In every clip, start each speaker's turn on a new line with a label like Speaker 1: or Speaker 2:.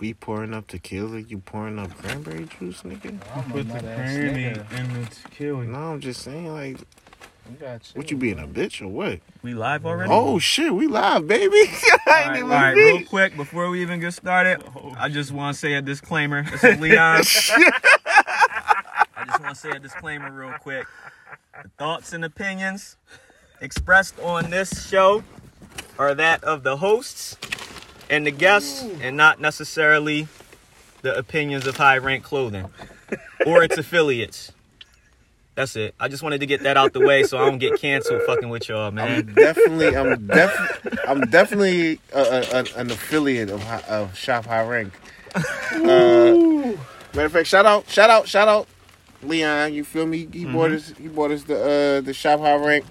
Speaker 1: We pouring up tequila, you pouring up cranberry juice, nigga.
Speaker 2: I'm a
Speaker 3: Put the
Speaker 2: nut-ass
Speaker 3: cranny
Speaker 2: nigga.
Speaker 3: in the tequila.
Speaker 1: No, I'm just saying, like,
Speaker 2: You got chill,
Speaker 1: what you being a bitch or what?
Speaker 4: We live already?
Speaker 1: Oh shit, we live, baby. I
Speaker 4: All
Speaker 1: ain't
Speaker 4: right,
Speaker 1: even
Speaker 4: all right,
Speaker 1: be-
Speaker 4: real quick, before we even get started, I just want to say a disclaimer. This is Leon. I just want to say a disclaimer real quick. The thoughts and opinions expressed on this show are that of the hosts and the guests, and not necessarily the opinions of High Rank Clothing or its affiliates. That's it. I just wanted to get that out the way so I don't get canceled fucking with y'all, man.
Speaker 1: I'm definitely, I'm def, I'm definitely a, a, a, an affiliate of, Hi- of Shop High Rank. Uh, matter of fact, shout out, shout out, shout out, Leon. You feel me? He bought us, he bought us the uh, the Shop High Rank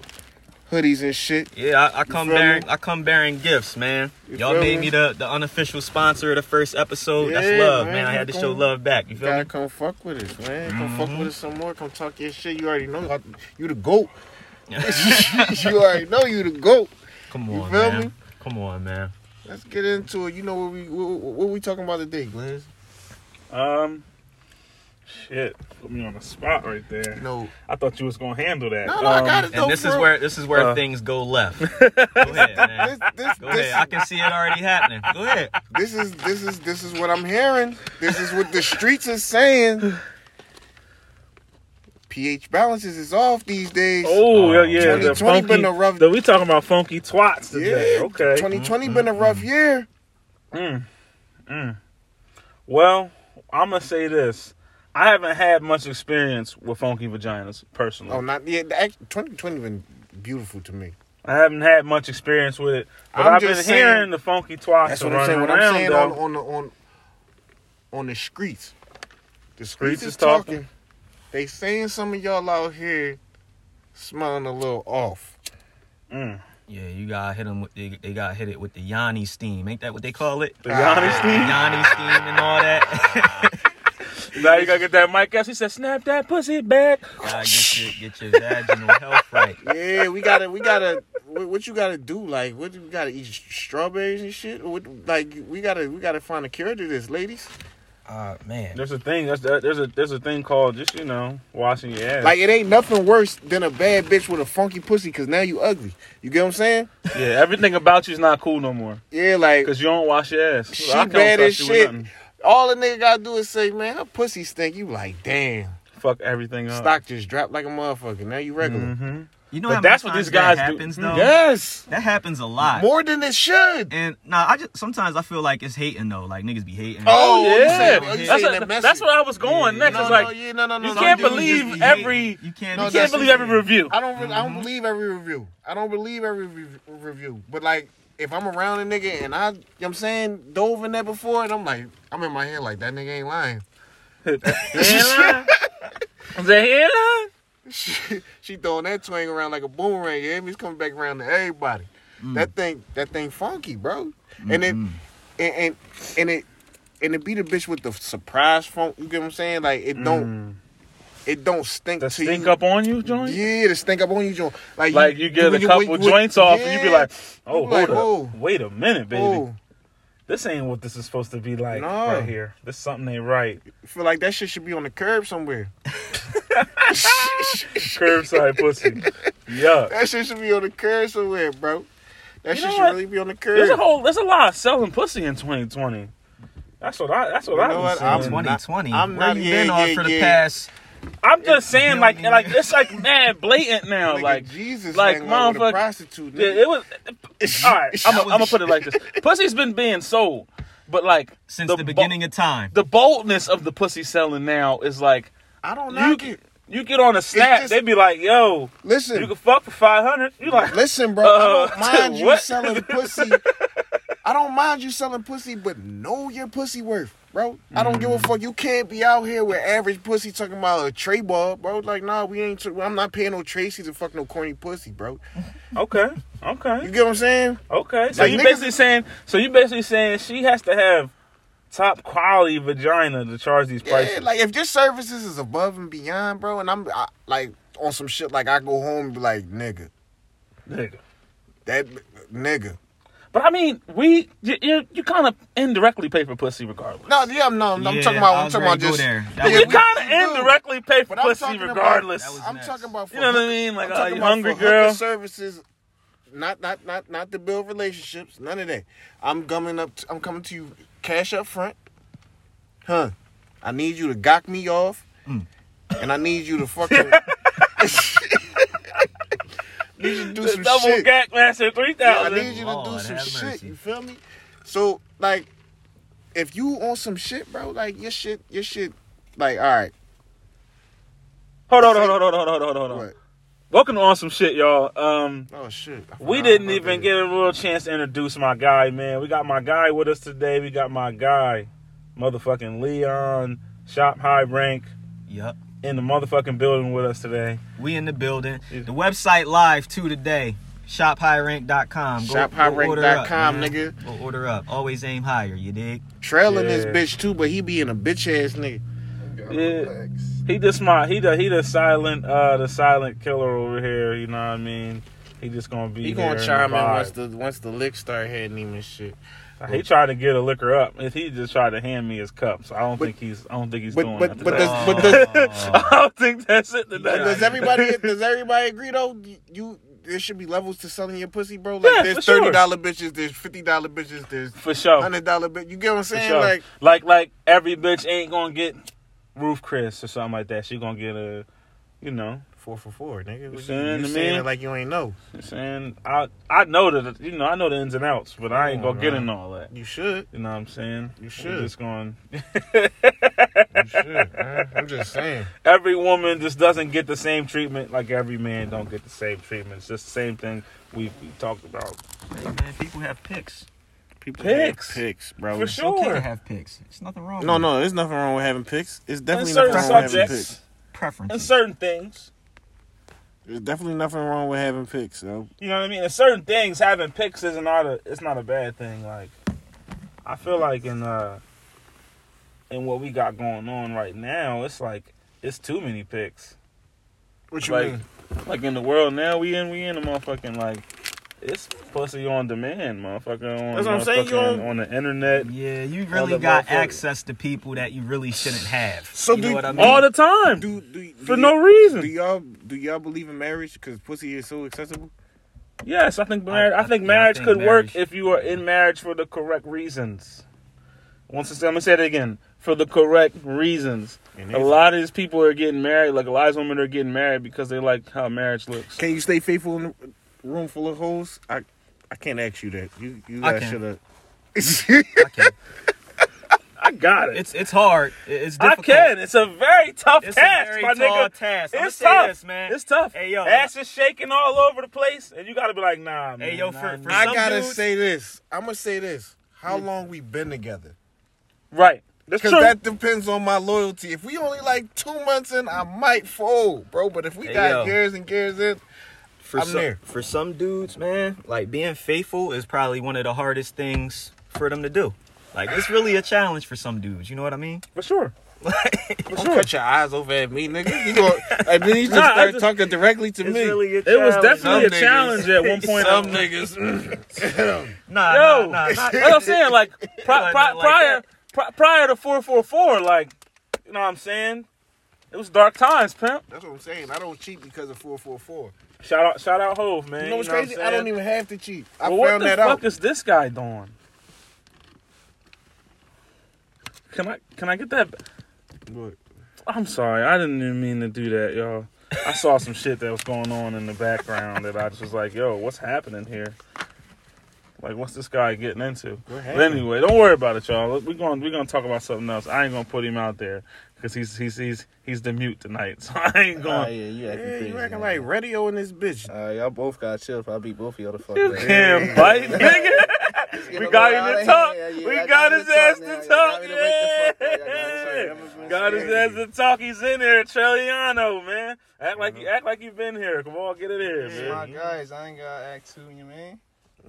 Speaker 1: hoodies and shit.
Speaker 4: Yeah, I, I come
Speaker 1: feel me?
Speaker 4: bearing I come bearing gifts, man.
Speaker 1: You
Speaker 4: Y'all
Speaker 1: feel
Speaker 4: made
Speaker 1: me?
Speaker 4: me the, the unofficial sponsor of the first episode.
Speaker 1: Yeah,
Speaker 4: That's love,
Speaker 1: man,
Speaker 4: man. I had to
Speaker 1: come
Speaker 4: show
Speaker 1: on.
Speaker 4: love back. You
Speaker 1: You Mm-hmm. gotta
Speaker 4: feel me?
Speaker 1: come fuck with us, man. Come fuck with us some more. Come talk your shit. You already know you the goat. you already know you the goat.
Speaker 4: Come
Speaker 1: you
Speaker 4: on,
Speaker 1: feel
Speaker 4: man.
Speaker 1: me?
Speaker 4: Come on, man.
Speaker 1: Let's get into it. You know what we what, what we talking about today, Glenn?
Speaker 3: Um, shit, put me on the spot right there.
Speaker 1: No,
Speaker 3: I thought you was gonna handle that.
Speaker 1: no, no I
Speaker 3: Um,
Speaker 1: got it.
Speaker 4: And this is where this is where
Speaker 3: Uh.
Speaker 4: things go left. Go ahead,
Speaker 1: This,
Speaker 4: man.
Speaker 1: this,
Speaker 4: Go
Speaker 1: this,
Speaker 4: ahead. I can see it already happening. Go ahead.
Speaker 1: this is this is this is what I'm hearing. This is what the streets are saying. pH balances is off these days.
Speaker 3: Oh yeah, yeah.
Speaker 1: 2020
Speaker 3: the funky,
Speaker 1: been a rough-
Speaker 3: the- we talking about funky twats today.
Speaker 1: yeah.
Speaker 3: Okay.
Speaker 1: 2020
Speaker 4: mm-hmm,
Speaker 1: been a rough year.
Speaker 3: Mm. Mm. Well, I'm gonna say this. I haven't had much experience with funky vaginas personally.
Speaker 1: Oh, not yeah. the act- 2020 been beautiful to me.
Speaker 3: I haven't had much experience with it, but
Speaker 1: I'm
Speaker 3: i have been
Speaker 1: just saying-
Speaker 3: hearing the funky twats
Speaker 1: That's
Speaker 3: are
Speaker 1: what I'm saying.
Speaker 3: running
Speaker 1: What I'm
Speaker 3: around
Speaker 1: saying
Speaker 3: though.
Speaker 1: on on the on on the streets. The
Speaker 3: Streets
Speaker 1: streets
Speaker 3: is
Speaker 1: is
Speaker 3: talking.
Speaker 1: talking. They saying some of y'all out here smelling a little off.
Speaker 3: Mm.
Speaker 4: Yeah, you gotta hit them. With, they, they gotta hit it with the Yanni steam. Ain't that what they call it?
Speaker 3: The Yanni
Speaker 4: The
Speaker 1: Ah.
Speaker 3: steam.
Speaker 4: Yanni steam and all that.
Speaker 3: Now you gotta get that mic out. She said, "Snap that pussy back."
Speaker 4: gotta get your get your vaginal health right.
Speaker 1: Yeah, we gotta, we gotta. What, what you gotta do? Like, what you gotta eat strawberries and shit? Or What, like, we gotta, we gotta find a cure to this, ladies.
Speaker 4: Uh man.
Speaker 3: There's a thing. That's that, there's a there's a thing called just you know washing your ass.
Speaker 1: Like, it ain't nothing worse than a bad bitch with a funky pussy, cause now you ugly. You get what I'm saying?
Speaker 3: yeah, everything about you is not cool no more
Speaker 1: Yeah, like
Speaker 3: because you don't wash your ass.
Speaker 1: She
Speaker 3: can't
Speaker 1: bad as
Speaker 3: trust you with
Speaker 1: shit.
Speaker 3: nothing.
Speaker 1: all the nigga gotta do is say, man, her pussy stink. You like, damn,
Speaker 3: Fuck everything up.
Speaker 1: stock just dropped like a motherfucker. Now you regular.
Speaker 3: hmm
Speaker 4: You know
Speaker 3: But
Speaker 4: how many
Speaker 3: that's what
Speaker 4: times
Speaker 3: these
Speaker 4: that
Speaker 3: guys
Speaker 4: happens
Speaker 3: do. Hmm.
Speaker 4: though.
Speaker 1: Yes,
Speaker 4: That happens a lot.
Speaker 1: more than it should.
Speaker 4: And nah, I just sometimes I feel like it's hating though. Like niggas be hating.
Speaker 1: Oh,
Speaker 3: Oh,
Speaker 1: you
Speaker 3: yeah,
Speaker 1: saying- oh, you
Speaker 3: that's,
Speaker 1: saying
Speaker 3: a-
Speaker 1: that message.
Speaker 3: that's where I was going
Speaker 4: Yeah,
Speaker 3: next.
Speaker 1: No,
Speaker 3: it's
Speaker 1: no,
Speaker 3: like
Speaker 1: yeah, no, no, no,
Speaker 3: you
Speaker 1: no,
Speaker 3: can't
Speaker 1: dude,
Speaker 4: dudes
Speaker 3: believe
Speaker 4: just be hating.
Speaker 3: every-
Speaker 4: You can't.
Speaker 1: No,
Speaker 3: you
Speaker 4: you
Speaker 3: can't
Speaker 1: that's-
Speaker 3: believe every review.
Speaker 1: I don't. Re- I don't believe every review. I don't believe every re- review. But like, if I'm around a nigga and I, you know what I'm saying, dove in there before, and I'm like, I'm in my head like that nigga ain't lying.
Speaker 3: Headline. Is that headline?
Speaker 1: she, she throwing that twang around like a boomerang. You hear me? It's coming back around to everybody. That thing, that thing, funky, bro. And it, and, and and it, and it be the bitch with the surprise funk. You get what I'm saying? Like it don't, it don't stink
Speaker 3: Mm. The
Speaker 1: to
Speaker 3: stink
Speaker 1: you.
Speaker 3: up on you, joint.
Speaker 1: Yeah, the stink up on you joint. Like,
Speaker 3: Like you get
Speaker 1: when
Speaker 3: a
Speaker 1: you-
Speaker 3: couple
Speaker 1: when you-
Speaker 3: joints off, and you be
Speaker 1: yeah.
Speaker 3: like, "Oh,
Speaker 1: You be like,
Speaker 3: hold
Speaker 1: whoa.
Speaker 3: up, wait a minute, baby.
Speaker 1: Oh,
Speaker 3: This ain't what this is supposed to be like
Speaker 1: No.
Speaker 3: right here. This something ain't right."
Speaker 1: feel like that shit should be on the curb somewhere.
Speaker 3: Curbside pussy. Yeah.
Speaker 1: That shit should be on the curb somewhere, bro. That
Speaker 3: You know
Speaker 1: shit should
Speaker 3: what?
Speaker 1: really be on the
Speaker 3: There's a
Speaker 1: curb.
Speaker 3: whole there's a lot of selling pussy in 2020. That's what I that's what
Speaker 1: You
Speaker 3: I've
Speaker 1: know
Speaker 3: been
Speaker 1: what?
Speaker 3: seeing.
Speaker 1: I'm-
Speaker 4: 2020.
Speaker 1: I'm
Speaker 4: Where
Speaker 1: not-
Speaker 4: you
Speaker 1: yeah,
Speaker 4: been on
Speaker 1: yeah,
Speaker 4: for the
Speaker 1: yeah.
Speaker 4: past?
Speaker 3: I'm just saying
Speaker 4: you
Speaker 3: like
Speaker 4: know-
Speaker 3: like it's like mad blatant now.
Speaker 1: Nigga,
Speaker 3: like
Speaker 1: Jesus,
Speaker 3: like,
Speaker 1: like motherfucker,
Speaker 3: motherfucker-
Speaker 1: a prostitute.
Speaker 3: it,
Speaker 1: nigga.
Speaker 3: it was all right. I'm
Speaker 4: That
Speaker 3: gonna
Speaker 4: was-
Speaker 3: put it like this. Pussy's been being sold, but like
Speaker 4: Since
Speaker 3: the
Speaker 4: the,
Speaker 3: bo-
Speaker 4: beginning of time.
Speaker 3: the boldness of the pussy selling now is like
Speaker 1: I don't
Speaker 3: you
Speaker 1: like
Speaker 3: get,
Speaker 1: it.
Speaker 3: you get on a snap,
Speaker 1: just-
Speaker 3: they be like, "Yo,
Speaker 1: Listen,
Speaker 3: you can fuck for 500." You like
Speaker 1: listen, bro.
Speaker 3: Uh,
Speaker 1: I don't mind you
Speaker 3: what?
Speaker 1: selling pussy. I don't mind you selling pussy, but know your pussy worth, bro. I don't give a
Speaker 4: Mm.
Speaker 1: fuck. You can't be out here with average pussy talking about a tray ball, bro. Like, nah, we ain't. I'm not paying no Tracy's to fuck no corny pussy, bro.
Speaker 3: Okay,
Speaker 1: You
Speaker 3: okay,
Speaker 1: get what I'm saying?
Speaker 3: okay. So
Speaker 1: Like,
Speaker 3: you
Speaker 1: niggas-
Speaker 3: basically saying, so you basically saying she has to have top quality vagina to charge these prices.
Speaker 1: Yeah, like if your services is above and beyond, bro, and I'm I, like on some shit, like I go home and be like, nigga,
Speaker 3: Nigga.
Speaker 1: that nigga.
Speaker 3: But I mean, we you you, you kind of indirectly pay for pussy regardless.
Speaker 1: No, yeah, no, I'm
Speaker 4: Yeah,
Speaker 1: talking about.
Speaker 4: I
Speaker 1: I'm
Speaker 4: was
Speaker 1: talking about
Speaker 4: ready to go
Speaker 1: just.
Speaker 4: there. That
Speaker 1: Yeah,
Speaker 3: you
Speaker 4: was-
Speaker 1: we-
Speaker 3: kind of
Speaker 1: we do.
Speaker 3: indirectly pay for
Speaker 1: But I'm
Speaker 3: pussy
Speaker 1: talking about-
Speaker 3: regardless.
Speaker 4: That was
Speaker 1: I'm
Speaker 4: next.
Speaker 1: talking about. For
Speaker 3: you know what I
Speaker 1: hook-
Speaker 3: mean? Like,
Speaker 1: I'm
Speaker 3: uh,
Speaker 1: talking
Speaker 3: you
Speaker 1: about
Speaker 3: hungry
Speaker 1: for hooker
Speaker 3: girl?
Speaker 1: Services, not not not not to build relationships. None of that. I'm coming up. i I'm coming to you, cash up front. Huh? I need you to gawk me off,
Speaker 4: Mm.
Speaker 1: and I need you to fucking. need you to do
Speaker 3: The
Speaker 1: some
Speaker 3: double
Speaker 1: shit.
Speaker 3: gag master three
Speaker 1: Yeah, I
Speaker 3: thousand.
Speaker 1: need you to do
Speaker 4: Lord,
Speaker 1: some
Speaker 4: have
Speaker 1: shit.
Speaker 4: mercy.
Speaker 1: You feel me? So like, if you on some shit, bro, like your shit, your shit, like all right,
Speaker 3: Hold on, hold on, hold on, hold on, hold on, hold on.
Speaker 1: what?
Speaker 3: Welcome to on some shit, y'all. Um,
Speaker 1: Oh shit, I
Speaker 3: we
Speaker 1: forgot
Speaker 3: didn't
Speaker 1: about
Speaker 3: even
Speaker 1: that.
Speaker 3: get a real chance to introduce my guy, man. We got my guy with us today. We got my guy, motherfucking Leon, shop high rank
Speaker 4: Yup.
Speaker 3: in the motherfucking building with us today.
Speaker 4: We in the building.
Speaker 3: Yeah.
Speaker 4: The website live too today. ShopHighRank.com. Go- go order up,
Speaker 1: ShopHighRank.com,
Speaker 4: man.
Speaker 1: nigga.
Speaker 4: Go order up. Always aim higher. You dig?
Speaker 1: Trailing this
Speaker 3: Yeah.
Speaker 1: bitch too, but he being a bitch ass nigga.
Speaker 3: Yeah. He just my he the he the silent uh the silent killer over here. You know what I mean? He just gonna be.
Speaker 1: He
Speaker 3: here
Speaker 1: gonna
Speaker 3: and
Speaker 1: chime in
Speaker 3: vibe.
Speaker 1: once the once the lick start hitting him and shit.
Speaker 3: He tried to get a liquor up. If he just tried to hand me his cup, so I don't
Speaker 1: But-
Speaker 3: think he's. I don't think he's
Speaker 1: but-
Speaker 3: doing
Speaker 1: but-
Speaker 3: that.
Speaker 1: but
Speaker 3: today.
Speaker 1: does- but does-
Speaker 3: I don't think that's it today.
Speaker 1: Does everybody does everybody agree though? You there should be levels to selling your pussy, bro. Like
Speaker 3: Yeah, for
Speaker 1: there's
Speaker 3: sure.
Speaker 1: thirty dollar bitches, there's fifty dollar bitches, there's
Speaker 3: for sure?
Speaker 1: hundred dollar bitch. You get what I'm
Speaker 3: for
Speaker 1: saying?
Speaker 3: sure.
Speaker 1: Like
Speaker 3: Like, like every bitch ain't gonna get roof Chris or something like that. She gonna get a, you know,
Speaker 1: four for four, nigga. You,
Speaker 3: saying
Speaker 1: you
Speaker 3: to
Speaker 1: saying
Speaker 3: me?
Speaker 1: it like you ain't know.
Speaker 3: I'm saying I I know that you know I know the ins and outs, but I ain't
Speaker 1: Come on,
Speaker 3: gonna get
Speaker 1: man.
Speaker 3: in all that.
Speaker 1: You should.
Speaker 3: You know what I'm saying?
Speaker 1: You
Speaker 3: We
Speaker 1: should.
Speaker 3: just going.
Speaker 1: You should. man. I'm just saying.
Speaker 3: Every woman just doesn't get the same treatment. Like every man don't get the same treatment. It's just the same thing we we talked about.
Speaker 4: Hey, man, people have picks.
Speaker 1: People
Speaker 3: Picks.
Speaker 1: picks, bro.
Speaker 3: For
Speaker 4: It's okay
Speaker 3: Sure.
Speaker 4: to have picks. There's nothing wrong.
Speaker 1: No,
Speaker 4: with
Speaker 1: no, there's nothing wrong with having picks. It's
Speaker 3: And
Speaker 1: definitely nothing
Speaker 3: certain
Speaker 1: wrong with having picks.
Speaker 3: subjects and
Speaker 4: preferences.
Speaker 3: certain things.
Speaker 1: There's definitely nothing wrong with having picks, yo.
Speaker 3: You know what I mean? And certain things having picks is not a it's not a bad thing. Like I feel like in uh in what we got going on right now, it's like it's too many picks.
Speaker 1: What
Speaker 3: you mean? Like in the world now we in we in a motherfucking like it's pussy on demand, motherfucker. On,
Speaker 1: That's what I'm saying, you
Speaker 3: motherfucking-
Speaker 1: on-
Speaker 3: on the internet
Speaker 4: Yeah, you
Speaker 3: All
Speaker 4: really
Speaker 3: the
Speaker 4: got
Speaker 3: motherfuckers.
Speaker 4: access to people that you really shouldn't have.
Speaker 1: So
Speaker 4: you
Speaker 1: do-
Speaker 4: know what I mean?
Speaker 3: all the time
Speaker 1: Do, do, do
Speaker 3: for
Speaker 1: y-
Speaker 3: no reason.
Speaker 1: Do y'all do y'all believe in marriage? Because pussy is so accessible.
Speaker 3: Yes, I think marriage. I,
Speaker 4: I-
Speaker 3: think
Speaker 4: yeah, I
Speaker 3: marriage
Speaker 4: think
Speaker 3: could
Speaker 4: marriage-
Speaker 3: work if you are in marriage for the correct reasons. Once again, let me say it again: for the correct reasons.
Speaker 1: It
Speaker 3: A
Speaker 1: is.
Speaker 3: lot of these people are getting married. Like a lot of these women are getting married because they like how marriage looks.
Speaker 1: Can you stay faithful in a room full of holes? I I can't ask you that. You you
Speaker 4: I
Speaker 1: guys
Speaker 4: can.
Speaker 1: should have.
Speaker 4: I can.
Speaker 3: I got it.
Speaker 4: It's it's hard. It- It's
Speaker 3: I
Speaker 4: difficult.
Speaker 3: can. It's a very tough
Speaker 4: It's
Speaker 3: task,
Speaker 4: a very
Speaker 3: my
Speaker 4: tall
Speaker 3: nigga.
Speaker 4: task. I'ma
Speaker 3: It's
Speaker 4: say
Speaker 3: tough,
Speaker 4: this, man.
Speaker 3: It's tough.
Speaker 4: Hey, yo.
Speaker 3: ass is shaking all over the place, and you gotta be like, nah, man.
Speaker 4: Hey, yo,
Speaker 3: nah,
Speaker 4: for-
Speaker 3: nah.
Speaker 4: for
Speaker 1: I
Speaker 4: some
Speaker 1: gotta
Speaker 4: dudes-
Speaker 1: say this. I'm gonna say this. How long we been together?
Speaker 3: right. That's
Speaker 1: Because
Speaker 3: true.
Speaker 1: that depends on my loyalty. If we only like two months in, I might fold, bro. But if we
Speaker 4: Hey,
Speaker 1: got
Speaker 4: yo.
Speaker 1: years and years in,
Speaker 4: for
Speaker 1: I'm
Speaker 4: some,
Speaker 1: there.
Speaker 4: For some dudes, man, like being faithful is probably one of the hardest things for them to do. Like it's really a challenge for some dudes. You know what I mean?
Speaker 3: for sure.
Speaker 4: Like,
Speaker 3: For
Speaker 1: don't
Speaker 3: sure.
Speaker 1: cut your eyes over at me, nigga. You gonna, and then you just
Speaker 3: Nah, I
Speaker 1: start
Speaker 3: just-
Speaker 1: talking directly to me.
Speaker 4: a
Speaker 3: It was
Speaker 1: Some
Speaker 3: definitely a
Speaker 1: niggas-
Speaker 3: challenge at one point.
Speaker 1: Some
Speaker 3: I-
Speaker 1: niggas.
Speaker 4: nah, nah, nah,
Speaker 3: Yo,
Speaker 4: not-
Speaker 3: that's what I'm saying. Like pri-
Speaker 4: Like
Speaker 3: pri-
Speaker 4: that.
Speaker 3: prior, pri- prior to four four four, like you know what I'm saying. It was dark times, pimp.
Speaker 1: That's what I'm saying. I don't cheat because of 444.
Speaker 3: Shout out, shout out, Hove, man.
Speaker 1: You know what's
Speaker 3: what I'm
Speaker 1: crazy? I
Speaker 3: saying?
Speaker 1: don't even have to cheat. I
Speaker 3: Well,
Speaker 1: found
Speaker 3: what the
Speaker 1: that
Speaker 3: fuck
Speaker 1: out.
Speaker 3: is this guy doing? Can I can I get that?
Speaker 1: What?
Speaker 3: I'm sorry, I didn't even mean to do that, y'all. I saw some shit that was going on in the background that I just was like, yo, what's happening here? Like, what's this guy getting into?
Speaker 1: What
Speaker 3: But anyway, don't worry about it, y'all. We're going we're going to talk about something else. I ain't going to put him out there because he's he's he's he's the mute tonight. So I ain't
Speaker 2: Oh,
Speaker 3: going.
Speaker 2: yeah, you acting
Speaker 1: Yeah,
Speaker 2: crazy.
Speaker 1: you acting
Speaker 2: man.
Speaker 1: like radio in this bitch.
Speaker 2: All right, y'all both got chill. If I beat both of y'all the fuck
Speaker 3: You
Speaker 2: up.
Speaker 3: can't bite, nigga. We got him to talk. We got his ass to talk. Yeah. Got his ass to talk. He's in here, Trelliano, man. Act like you act like you've been here. Come on, get in here,
Speaker 2: It's my
Speaker 3: man.
Speaker 2: guys. I ain't gotta act too, you mean?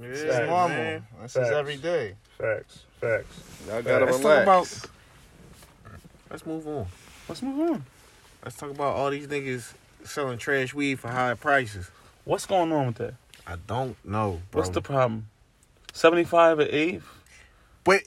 Speaker 2: It's
Speaker 1: Yeah,
Speaker 2: normal.
Speaker 1: man.
Speaker 2: This
Speaker 3: Facts.
Speaker 2: is every day.
Speaker 3: Facts, facts.
Speaker 2: Y'all gotta
Speaker 1: Let's talk
Speaker 2: relax.
Speaker 1: about. Let's move on.
Speaker 3: Let's move on.
Speaker 1: Let's talk about all these niggas selling trash weed for high prices.
Speaker 3: What's going on with that?
Speaker 1: I don't know, bro.
Speaker 3: What's the problem? 75 an eighth.
Speaker 1: But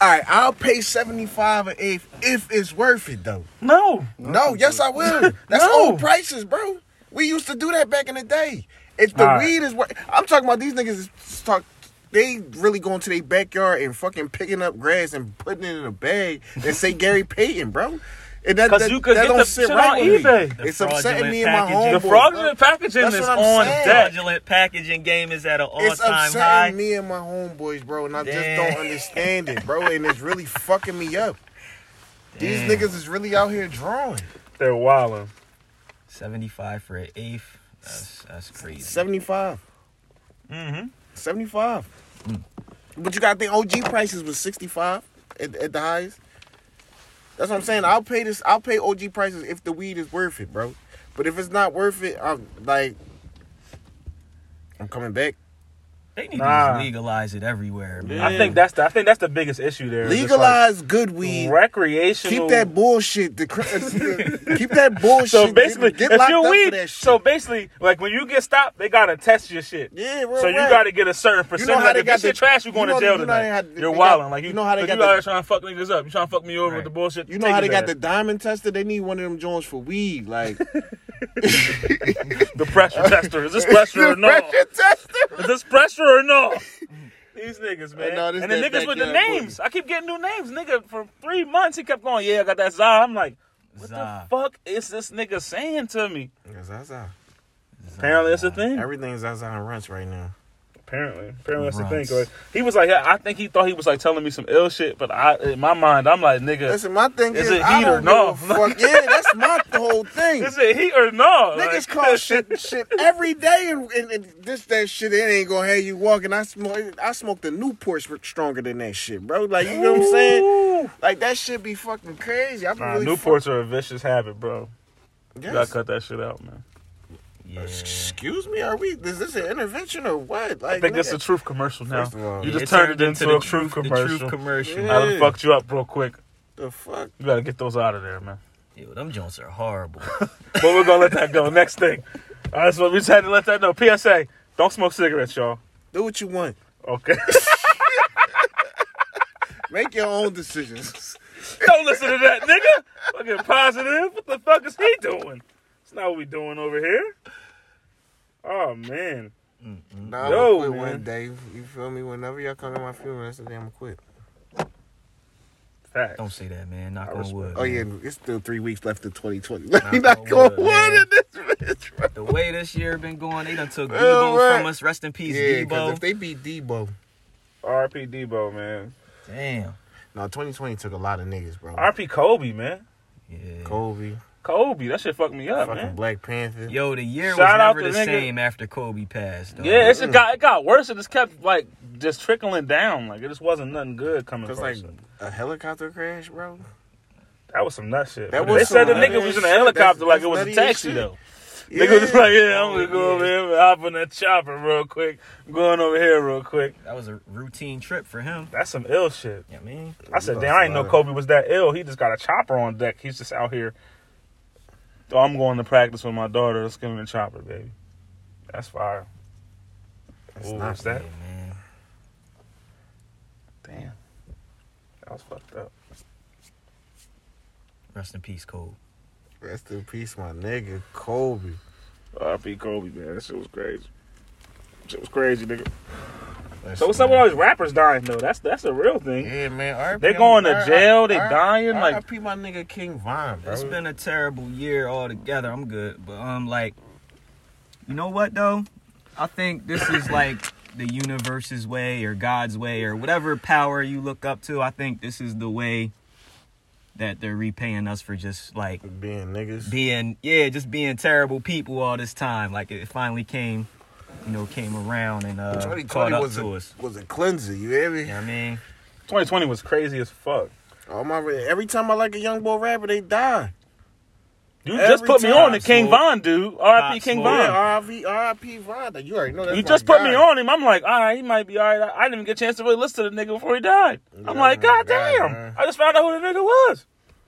Speaker 1: all right, I'll pay seventy five an eighth if it's worth it though.
Speaker 3: No.
Speaker 1: No, yes I will. That's
Speaker 3: No.
Speaker 1: old prices, bro. We used to do that back in the day. If the
Speaker 3: All right.
Speaker 1: weed is worth, I'm talking about these niggas. Is talk, they really going to their backyard and fucking picking up grass and putting it in a bag and say Gary Payton, bro. And that,
Speaker 3: 'Cause
Speaker 1: that,
Speaker 3: you could
Speaker 1: that
Speaker 3: get
Speaker 1: don't
Speaker 3: the
Speaker 1: sit
Speaker 3: shit
Speaker 1: right
Speaker 3: on
Speaker 1: with
Speaker 3: eBay.
Speaker 1: me. It's
Speaker 4: The
Speaker 1: upsetting me and my
Speaker 4: fraudulent
Speaker 1: homeboy.
Speaker 4: packaging.
Speaker 3: The fraudulent packaging
Speaker 1: Oh, That's
Speaker 3: is
Speaker 1: what I'm
Speaker 3: on
Speaker 1: saying.
Speaker 3: deck.
Speaker 4: Fraudulent packaging game is at an all
Speaker 1: It's
Speaker 4: time
Speaker 1: upsetting
Speaker 4: high.
Speaker 1: me and my homeboys, bro, and I
Speaker 4: Damn.
Speaker 1: just don't understand it, bro. And it's really fucking me up. These
Speaker 4: Damn.
Speaker 1: niggas is really out here drawing.
Speaker 3: They're wilding.
Speaker 4: 75 for an eighth. That's, that's crazy.
Speaker 1: 75.
Speaker 4: Mm-hmm.
Speaker 1: 75.
Speaker 3: Mm.
Speaker 1: But you gotta think OG prices was 65 at, at the highest. That's what I'm saying. I'll pay this I'll pay OG prices if the weed is worth it, bro. But if it's not worth it, I'm like I'm coming back.
Speaker 4: They need to
Speaker 3: Nah.
Speaker 4: just legalize it everywhere, man.
Speaker 3: I think that's the I think that's the biggest issue there. It's just
Speaker 1: Legalize good
Speaker 3: like
Speaker 1: weed.
Speaker 3: recreational.
Speaker 1: Keep that bullshit. The, cr- keep that bullshit.
Speaker 3: so basically,
Speaker 1: get,
Speaker 3: if
Speaker 1: locked
Speaker 3: you're
Speaker 1: up for
Speaker 3: weed,
Speaker 1: that shit.
Speaker 3: so basically, like when you get stopped, they gotta test your shit.
Speaker 1: yeah, real
Speaker 3: So you
Speaker 1: right.
Speaker 3: got to get a certain
Speaker 1: know
Speaker 3: percentage.
Speaker 1: how
Speaker 3: like
Speaker 1: they
Speaker 3: if
Speaker 1: got
Speaker 3: this shit
Speaker 1: the-
Speaker 3: trash, you
Speaker 1: you
Speaker 3: going
Speaker 1: know-
Speaker 3: to jail
Speaker 1: you know how
Speaker 3: tonight.
Speaker 1: they had-
Speaker 3: You're
Speaker 1: they got-
Speaker 3: wilding. Like you,
Speaker 1: you know how they
Speaker 3: but
Speaker 1: got
Speaker 3: you
Speaker 1: the-
Speaker 3: out here trying to fuck niggas up. You trying to fuck me over
Speaker 4: Right.
Speaker 3: with the bullshit.
Speaker 1: You know how they
Speaker 3: Take
Speaker 1: got the
Speaker 3: his
Speaker 1: diamond tester? They need one of them joints for weed. Like
Speaker 3: ass. the pressure tester. Is this pressure or no?
Speaker 1: pressure tester.
Speaker 3: Is this pressure or no? These niggas, man.
Speaker 1: know this
Speaker 3: and the
Speaker 1: that
Speaker 3: niggas with the
Speaker 1: backyard
Speaker 3: names. I keep getting new names. Nigga, for three months he kept going. Yeah, I got that za. I'm like, what
Speaker 4: Za.
Speaker 3: the fuck is this nigga saying to me?
Speaker 1: Zaza.
Speaker 3: Apparently, it's a thing.
Speaker 1: Everything's Zaza and Runts right now.
Speaker 3: Apparently, apparently that's the thing.
Speaker 4: Runs.
Speaker 3: Like, he was like, I I think he thought he was like telling me some ill shit, but I, in my mind, I'm like, nigga,
Speaker 1: Listen, my thing
Speaker 3: Is
Speaker 1: is,
Speaker 3: it
Speaker 1: I
Speaker 3: heat
Speaker 1: don't
Speaker 3: or
Speaker 1: give
Speaker 3: no?
Speaker 1: a fuck. Yeah, that's my whole thing.
Speaker 3: Is it heat or no?
Speaker 1: Niggas
Speaker 3: Like,
Speaker 1: call shit shit every day, and, and, and this that shit it ain't gonna have you walking. I smoke I smoked a Newport stronger than that shit, bro. Like you know what I'm saying?
Speaker 3: Ooh.
Speaker 1: Like that shit be fucking crazy. I be
Speaker 3: Nah,
Speaker 1: really
Speaker 3: Newports are a vicious habit, bro.
Speaker 1: fuck-
Speaker 3: You
Speaker 1: Yes. Uh,
Speaker 3: gotta cut that shit out, man.
Speaker 4: Yeah.
Speaker 1: Excuse me, are we? Is this an intervention or what? Like
Speaker 3: I think this
Speaker 1: nigga-
Speaker 3: is a truth commercial now.
Speaker 1: First of all,
Speaker 3: you
Speaker 4: Yeah,
Speaker 3: just turned it into, a truth, commercial.
Speaker 4: The truth commercial.
Speaker 1: Yeah.
Speaker 3: I done fucked you up real quick.
Speaker 1: the fuck.
Speaker 3: You gotta get those out of there, man.
Speaker 4: Yo, them joints are horrible.
Speaker 3: but we're gonna let that go. Next thing. All right, so we just had to let that know. PSA: Don't smoke cigarettes, y'all.
Speaker 1: Do what you want.
Speaker 3: Okay.
Speaker 1: Make your own decisions.
Speaker 3: don't listen to that, nigga. Fucking positive. What the fuck is he doing? That's not what we doing over here. Oh man.
Speaker 1: Nah,
Speaker 3: Yo,
Speaker 1: I'ma quit
Speaker 3: man.
Speaker 1: one day. You feel me? Whenever y'all come to my funeral, that's the day I'm quit.
Speaker 3: Facts.
Speaker 4: Don't say that, man. Knock
Speaker 3: I
Speaker 4: on
Speaker 3: respect-
Speaker 4: wood.
Speaker 1: Oh
Speaker 4: man.
Speaker 1: yeah, it's still three weeks left of 2020. Let me not
Speaker 4: Knock on
Speaker 1: go
Speaker 4: wood,
Speaker 1: one
Speaker 4: man.
Speaker 1: in this bitch. bro.
Speaker 4: The way this year been going, they done took
Speaker 1: Yeah,
Speaker 4: Debo
Speaker 1: Oh, right.
Speaker 4: from us. Rest in peace,
Speaker 1: Yeah, because
Speaker 4: Debo.
Speaker 1: if they beat Debo,
Speaker 3: RP Debo, man.
Speaker 4: Damn.
Speaker 1: no, 2020 took a lot of niggas, bro.
Speaker 3: RP Kobe, man.
Speaker 4: Yeah.
Speaker 1: Kobe,
Speaker 3: Kobe, that shit fucked me up,
Speaker 1: fucking
Speaker 3: man.
Speaker 1: Black Panther.
Speaker 4: Yo, the year
Speaker 3: Shout out
Speaker 4: was never the
Speaker 3: to nigga.
Speaker 4: same after Kobe passed. Though.
Speaker 3: Yeah, it's, it got it got worse. It just kept like just trickling down. Like it just wasn't nothing good coming.
Speaker 1: Cause
Speaker 3: From
Speaker 1: like
Speaker 3: it.
Speaker 1: a helicopter crash, bro.
Speaker 3: that was some nut shit.
Speaker 1: That
Speaker 3: But
Speaker 1: was
Speaker 3: they said the
Speaker 1: some
Speaker 3: nigga
Speaker 1: nutty
Speaker 3: was
Speaker 1: ass
Speaker 3: in a
Speaker 1: shit.
Speaker 3: helicopter
Speaker 1: That's-
Speaker 3: like
Speaker 1: that's
Speaker 3: it was a
Speaker 1: nutty as
Speaker 3: taxi
Speaker 1: shit.
Speaker 3: though.
Speaker 1: Yeah.
Speaker 3: Nigga was just like, yeah, I'm gonna go over here, and hop on that chopper real quick. I'm going over here real quick.
Speaker 4: That was a routine trip for him.
Speaker 3: That's some ill shit.
Speaker 4: You know what I mean?
Speaker 3: I said, damn, I didn't know Kobe was that ill. He just got a chopper on deck. He's just out here. Oh, I'm going to practice with my daughter. Let's give him the chopper, baby. That's fire.
Speaker 1: That's
Speaker 3: Ooh,
Speaker 1: not
Speaker 3: is that?
Speaker 4: Yeah, man.
Speaker 3: Damn. That was fucked up.
Speaker 4: Rest in peace, Kobe.
Speaker 1: Rest in peace, my nigga, Kobe.
Speaker 3: RP Kobe, man. That shit was crazy. Shit was crazy, nigga.
Speaker 1: Listen,
Speaker 3: So what's up with
Speaker 1: man.
Speaker 3: all these rappers dying though? That's that's a real thing.
Speaker 1: Yeah, man. RIP,
Speaker 3: They going
Speaker 1: I'm-
Speaker 3: to jail, they
Speaker 1: R-
Speaker 3: dying, like-
Speaker 1: RIP my nigga King Von, bro.
Speaker 4: It's been a terrible year altogether. I'm good, but um, like, you know what though? I think this is like the universe's way or God's way or whatever power you look up to. I think this is the way that they're repaying us for just like
Speaker 1: being niggas.
Speaker 4: being yeah, just being terrible people all this time. Like it finally came, you know, came around and uh,
Speaker 1: 2020
Speaker 4: caught up
Speaker 1: was
Speaker 4: to
Speaker 1: a,
Speaker 4: us.
Speaker 1: was a cleanser. You hear me?
Speaker 4: You know what I mean?
Speaker 3: 2020 was crazy as fuck.
Speaker 1: All my every time I like a young boy rapper, they die.
Speaker 3: You
Speaker 1: Every
Speaker 3: just put me
Speaker 1: time.
Speaker 3: on to King
Speaker 4: Smoke.
Speaker 3: Von, dude. R.I.P.
Speaker 4: Pop
Speaker 3: King
Speaker 4: Smoke.
Speaker 3: Von.
Speaker 1: Yeah, RIP, RIP Von. You already know that.
Speaker 3: You just put me on him. I'm like, all right, he might be all right. I, I didn't even get a chance to really listen to the nigga before he died. I'm
Speaker 1: Yeah,
Speaker 3: like,
Speaker 1: God,
Speaker 3: God, damn.
Speaker 1: man.
Speaker 3: I just found out who the nigga was.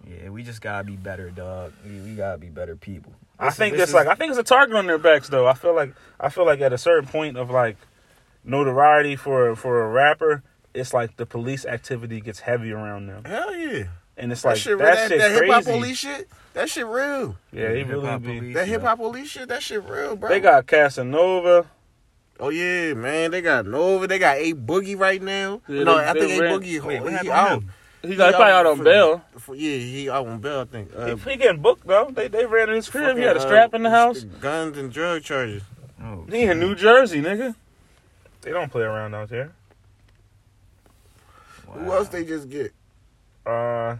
Speaker 4: Yeah, we just gotta be better, dog. We, we gotta be better people.
Speaker 3: I think
Speaker 1: this
Speaker 3: that's like I think it's a target on their backs though. I feel like I feel like at a certain point of like notoriety for for a rapper, it's like the police activity gets heavy around them,
Speaker 1: Hell yeah.
Speaker 3: and it's
Speaker 1: That
Speaker 3: like
Speaker 1: shit,
Speaker 3: that,
Speaker 1: that,
Speaker 3: shit
Speaker 1: that hip hop
Speaker 3: crazy.
Speaker 1: police shit, that shit real.
Speaker 3: Yeah, they really
Speaker 4: Hip-hop
Speaker 3: be.
Speaker 4: police.
Speaker 1: That hip hop police shit, that shit real, bro.
Speaker 3: They got Casanova.
Speaker 1: oh yeah, man. They got Nova. They got a boogie right now.
Speaker 3: Yeah,
Speaker 1: no,
Speaker 3: they-
Speaker 1: I think
Speaker 3: they
Speaker 1: a
Speaker 3: ran-
Speaker 1: boogie.
Speaker 4: Wait, what
Speaker 1: he
Speaker 4: happened to
Speaker 1: out.
Speaker 4: him?
Speaker 3: He
Speaker 1: He
Speaker 3: got, he probably out on
Speaker 1: for-
Speaker 3: bail.
Speaker 1: for- yeah, he out on bail. I think. Uh,
Speaker 3: He, he getting booked though. They they ran in his crib. He had a
Speaker 1: fucking, uh,
Speaker 3: strap in the house.
Speaker 1: Guns and drug charges.
Speaker 4: Oh,
Speaker 3: He in New Jersey, nigga. They don't play around out there.
Speaker 1: Who
Speaker 4: wow.
Speaker 1: else they just get?
Speaker 3: Uh,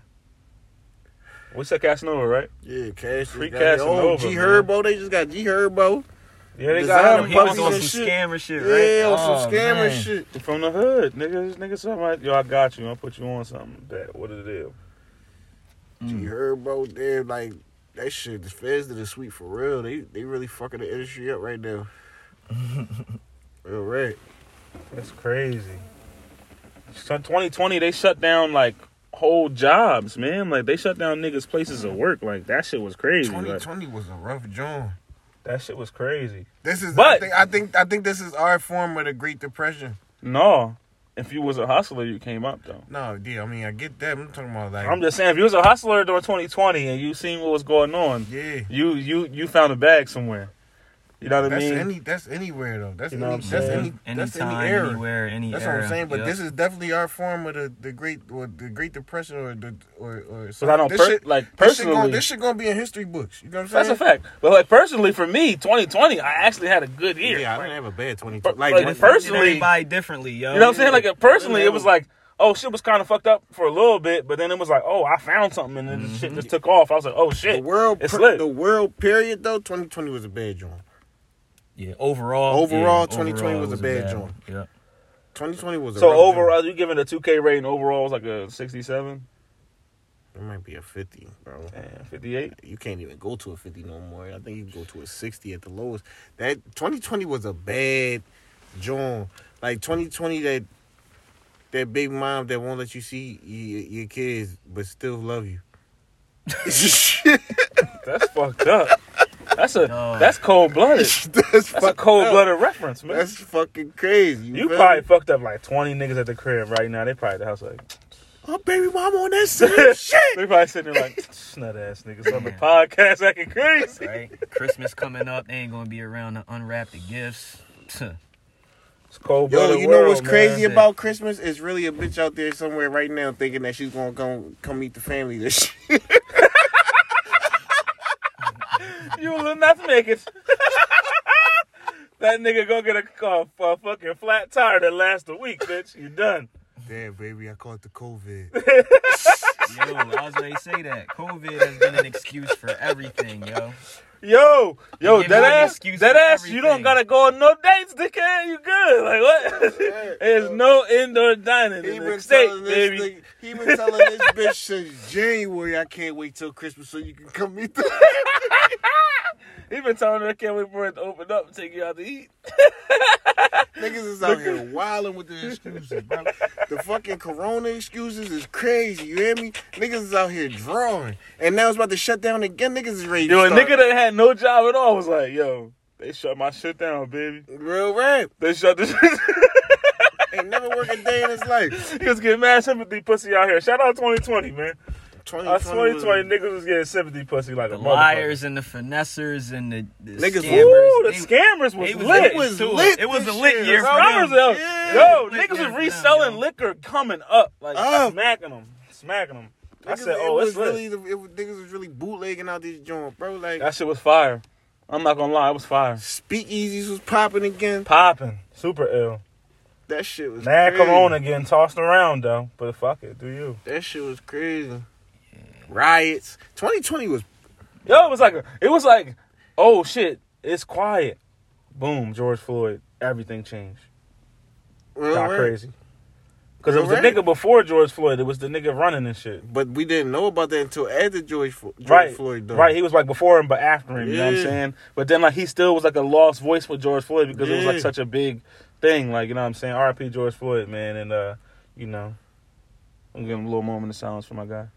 Speaker 3: we said Casanova, right?
Speaker 1: Yeah, Cash.
Speaker 3: Free
Speaker 1: got
Speaker 3: Cash
Speaker 1: their
Speaker 3: and
Speaker 1: own
Speaker 3: Nova,
Speaker 1: G
Speaker 3: man.
Speaker 1: Herbo. They just got G Herbo.
Speaker 3: Yeah, they
Speaker 1: Designer
Speaker 3: got him.
Speaker 4: He was
Speaker 1: Pussy
Speaker 4: on some
Speaker 1: and shit.
Speaker 4: scammer shit, right?
Speaker 1: Yeah, on
Speaker 4: Oh,
Speaker 1: some scammer
Speaker 4: man.
Speaker 1: shit.
Speaker 3: From the hood, nigga. This nigga something. Yo, I got you. I'll put you on something. That what it is.
Speaker 4: Mm.
Speaker 3: Mm.
Speaker 1: G Herbo, damn, like that shit. The feds did a sweep for real. They they really fucking the industry up right now. real right.
Speaker 3: That's crazy. So 2020, they shut down like whole jobs, man. Like they shut down niggas' places of work. Like that shit was crazy. Like,
Speaker 1: was a rough joint.
Speaker 3: that shit was crazy.
Speaker 1: This is,
Speaker 3: But-
Speaker 1: I think, I think, I think this is our form of the Great Depression.
Speaker 3: No, if you was a hustler, you came up though.
Speaker 1: No, yeah, I mean, I get that. I'm talking about like,
Speaker 3: I'm just saying, if you was a hustler during 2020 and you seen what was going on,
Speaker 1: yeah,
Speaker 3: you you you found a bag somewhere. You know what I
Speaker 1: that's
Speaker 3: mean?
Speaker 1: any, that's anywhere though. That's
Speaker 3: You know
Speaker 1: any,
Speaker 3: what I'm
Speaker 1: that's
Speaker 3: saying?
Speaker 1: any, that's
Speaker 4: Anytime,
Speaker 1: any era.
Speaker 4: anywhere, any
Speaker 1: That's
Speaker 4: era.
Speaker 1: what I'm saying. But
Speaker 4: Yep.
Speaker 1: this is definitely our form of the, the great or the Great Depression or the or or.
Speaker 3: Because I don't
Speaker 1: this
Speaker 3: per-
Speaker 1: shit-
Speaker 3: like
Speaker 1: This shit,
Speaker 3: personally.
Speaker 1: gonna, this shit gonna be in history books. You know what I'm saying?
Speaker 3: that's a fact. But like personally, for me, 2020, I actually had a good year.
Speaker 1: Yeah, I
Speaker 3: Like,
Speaker 1: didn't have a bad twenty.
Speaker 3: But,
Speaker 1: Like,
Speaker 3: like,
Speaker 1: when-
Speaker 3: first-
Speaker 4: Treated everybody differently, yo.
Speaker 3: You know what I'm saying? Like uh, personally,
Speaker 1: Yeah.
Speaker 3: it was like, oh shit was kind of fucked up for a little bit, but then it was like, oh I found something and then the shit just took off. I was like, oh
Speaker 1: Mm-hmm. the
Speaker 3: shit,
Speaker 1: world,
Speaker 3: it's
Speaker 1: per-
Speaker 3: lit.
Speaker 1: the world period though, 2020 was a bad joint.
Speaker 4: Yeah, overall.
Speaker 1: Overall,
Speaker 4: yeah,
Speaker 1: 2020
Speaker 4: overall,
Speaker 1: was
Speaker 4: it
Speaker 1: a bad joint.
Speaker 4: Yeah.
Speaker 1: 2020 was a
Speaker 3: so
Speaker 1: rough joint.
Speaker 3: overall, you giving a 2K rating overall was like a 67,
Speaker 1: It might be a 50, bro.
Speaker 3: Damn, 58.
Speaker 1: You can't even go to a 50 no more. I think you can go to a 60 at the lowest. That 2020 was a bad joint. Like 2020, that that big mom that won't let you see your, your kids but still love you.
Speaker 3: That's fucked up. That's a
Speaker 4: No.
Speaker 3: that's cold blooded.
Speaker 1: That's,
Speaker 3: That's a
Speaker 1: fuck-
Speaker 3: cold blooded reference, man.
Speaker 1: That's fucking crazy.
Speaker 3: you
Speaker 1: feel me?
Speaker 3: probably fucked up like 20 niggas at the crib right now. They probably at the house like
Speaker 1: Oh, baby mama on that same shit.
Speaker 3: they probably sitting there like snut ass niggas on the podcast acting crazy.
Speaker 4: Right? Christmas coming up. They ain't going to be around to unwrap the gifts.
Speaker 3: It's cold
Speaker 1: Yo,
Speaker 3: blooded.
Speaker 1: you know what's
Speaker 3: world, man.
Speaker 1: crazy
Speaker 4: Yeah.
Speaker 1: about Christmas? It's really a bitch out there somewhere right now thinking that she's gonna come come meet the family this shit.
Speaker 3: You will not make it. that nigga go get a, a, a fucking flat tire that lasts a week, bitch. You done.
Speaker 1: Damn, baby, I caught the COVID.
Speaker 4: yo, I was going to say that. COVID has been an excuse for everything, yo.
Speaker 3: Yo, yo,
Speaker 4: You give
Speaker 3: that
Speaker 4: me an
Speaker 3: ass,
Speaker 4: excuse
Speaker 3: that
Speaker 4: for
Speaker 3: ass, you don't
Speaker 4: everything.
Speaker 3: gotta go on no dates, dickhead. You good? Like what? There's no indoor dining
Speaker 1: He
Speaker 3: in the
Speaker 1: been,
Speaker 3: state,
Speaker 1: telling this
Speaker 3: baby.
Speaker 1: nigga- he been telling this bitch since January, I can't wait till Christmas so you can come meet the
Speaker 3: He been telling her, I can't wait for it to open up and take you out to eat.
Speaker 1: niggas is out here wilding with the excuses, bro. The fucking corona excuses is crazy, you hear me? Niggas is out here drawing. And now it's about to shut down again. Niggas is ready to
Speaker 3: Yo, a
Speaker 1: start.
Speaker 3: nigga that had no job at all was like, yo, they shut my shit down, baby.
Speaker 1: Real rap.
Speaker 3: They shut the shit
Speaker 1: Ain't never work a day in his life.
Speaker 3: He was getting mad sympathy pussy out here. Shout out 2020, man. Our
Speaker 1: 2020 was-
Speaker 3: 2020 niggas was getting sympathy pussy like
Speaker 4: The
Speaker 3: a
Speaker 4: liars and the finessers and the, the
Speaker 1: Niggas-
Speaker 4: scammers.
Speaker 3: Ooh, the
Speaker 4: They-
Speaker 3: scammers was,
Speaker 4: they was
Speaker 3: lit.
Speaker 4: lit.
Speaker 1: was
Speaker 4: too.
Speaker 1: lit
Speaker 4: It was
Speaker 1: this
Speaker 4: a lit
Speaker 1: year,
Speaker 4: year
Speaker 1: bro.
Speaker 4: for
Speaker 3: Scammers,
Speaker 4: them.
Speaker 3: yo,
Speaker 1: Yeah.
Speaker 3: yo,
Speaker 4: Lit
Speaker 3: niggas
Speaker 4: down,
Speaker 3: was reselling
Speaker 4: yo.
Speaker 3: liquor coming up, like
Speaker 1: Up.
Speaker 3: smacking them, smacking them. I
Speaker 1: Niggas-
Speaker 3: said,
Speaker 1: it
Speaker 3: oh,
Speaker 1: was
Speaker 3: it's lit.
Speaker 1: really, it was, niggas was really bootlegging out this joint, bro. Like,
Speaker 3: That shit was fire. I'm not gonna lie, it was fire.
Speaker 1: speakeasies was popping again.
Speaker 3: Popping, super ill.
Speaker 1: That shit was
Speaker 3: Mad
Speaker 1: crazy.
Speaker 3: Corona getting tossed around though, but fuck it, do you?
Speaker 1: That shit was crazy. Riots. 2020 was
Speaker 3: Yo, it was like a, it was like, oh shit, it's quiet. Boom, George Floyd, everything changed.
Speaker 1: real
Speaker 3: Got
Speaker 1: rap.
Speaker 3: crazy. Cause it was the
Speaker 1: Right.
Speaker 3: nigga before George Floyd. It was the nigga running and shit.
Speaker 1: But we didn't know about that until after George, Flo- George
Speaker 3: right,
Speaker 1: Floyd, though.
Speaker 3: right. He was like before him, but after him. You know what
Speaker 1: Yeah.
Speaker 3: I'm saying? But then like he still was like a lost voice with George Floyd because it was
Speaker 1: Yeah.
Speaker 3: like such a big thing. Like you know what I'm saying? R.I.P. George Floyd, man. And uh, you know, I'm giving a little moment of silence for my guy.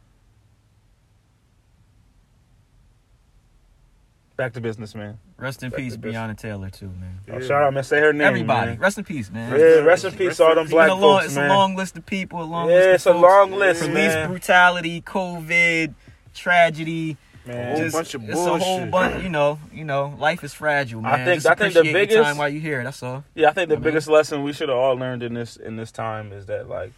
Speaker 3: Back to business, man.
Speaker 4: Rest in peace, Breonna Taylor, too, man.
Speaker 3: Oh, shout out, man. Say her name.
Speaker 4: Everybody,
Speaker 3: man.
Speaker 4: rest in peace, man.
Speaker 3: Yeah, rest in peace, all them
Speaker 4: It's
Speaker 3: black
Speaker 4: been a long,
Speaker 3: folks,
Speaker 4: it's
Speaker 3: man.
Speaker 4: a long list of people. A long
Speaker 3: Yeah,
Speaker 4: list of
Speaker 3: it's a
Speaker 4: folks.
Speaker 3: long list,
Speaker 4: Police
Speaker 3: man.
Speaker 4: brutality, COVID, tragedy.
Speaker 3: man.
Speaker 1: Whole
Speaker 4: just-
Speaker 1: bunch of
Speaker 4: it's a whole
Speaker 1: bullshit.
Speaker 4: bunch. You know, you know, life is fragile, man.
Speaker 3: I think-
Speaker 4: Just
Speaker 3: I think the
Speaker 4: appreciate your
Speaker 3: biggest-
Speaker 4: time while you here. That's all.
Speaker 3: Yeah, I think the
Speaker 4: I mean-
Speaker 3: biggest lesson we should have all learned in this in this time is that like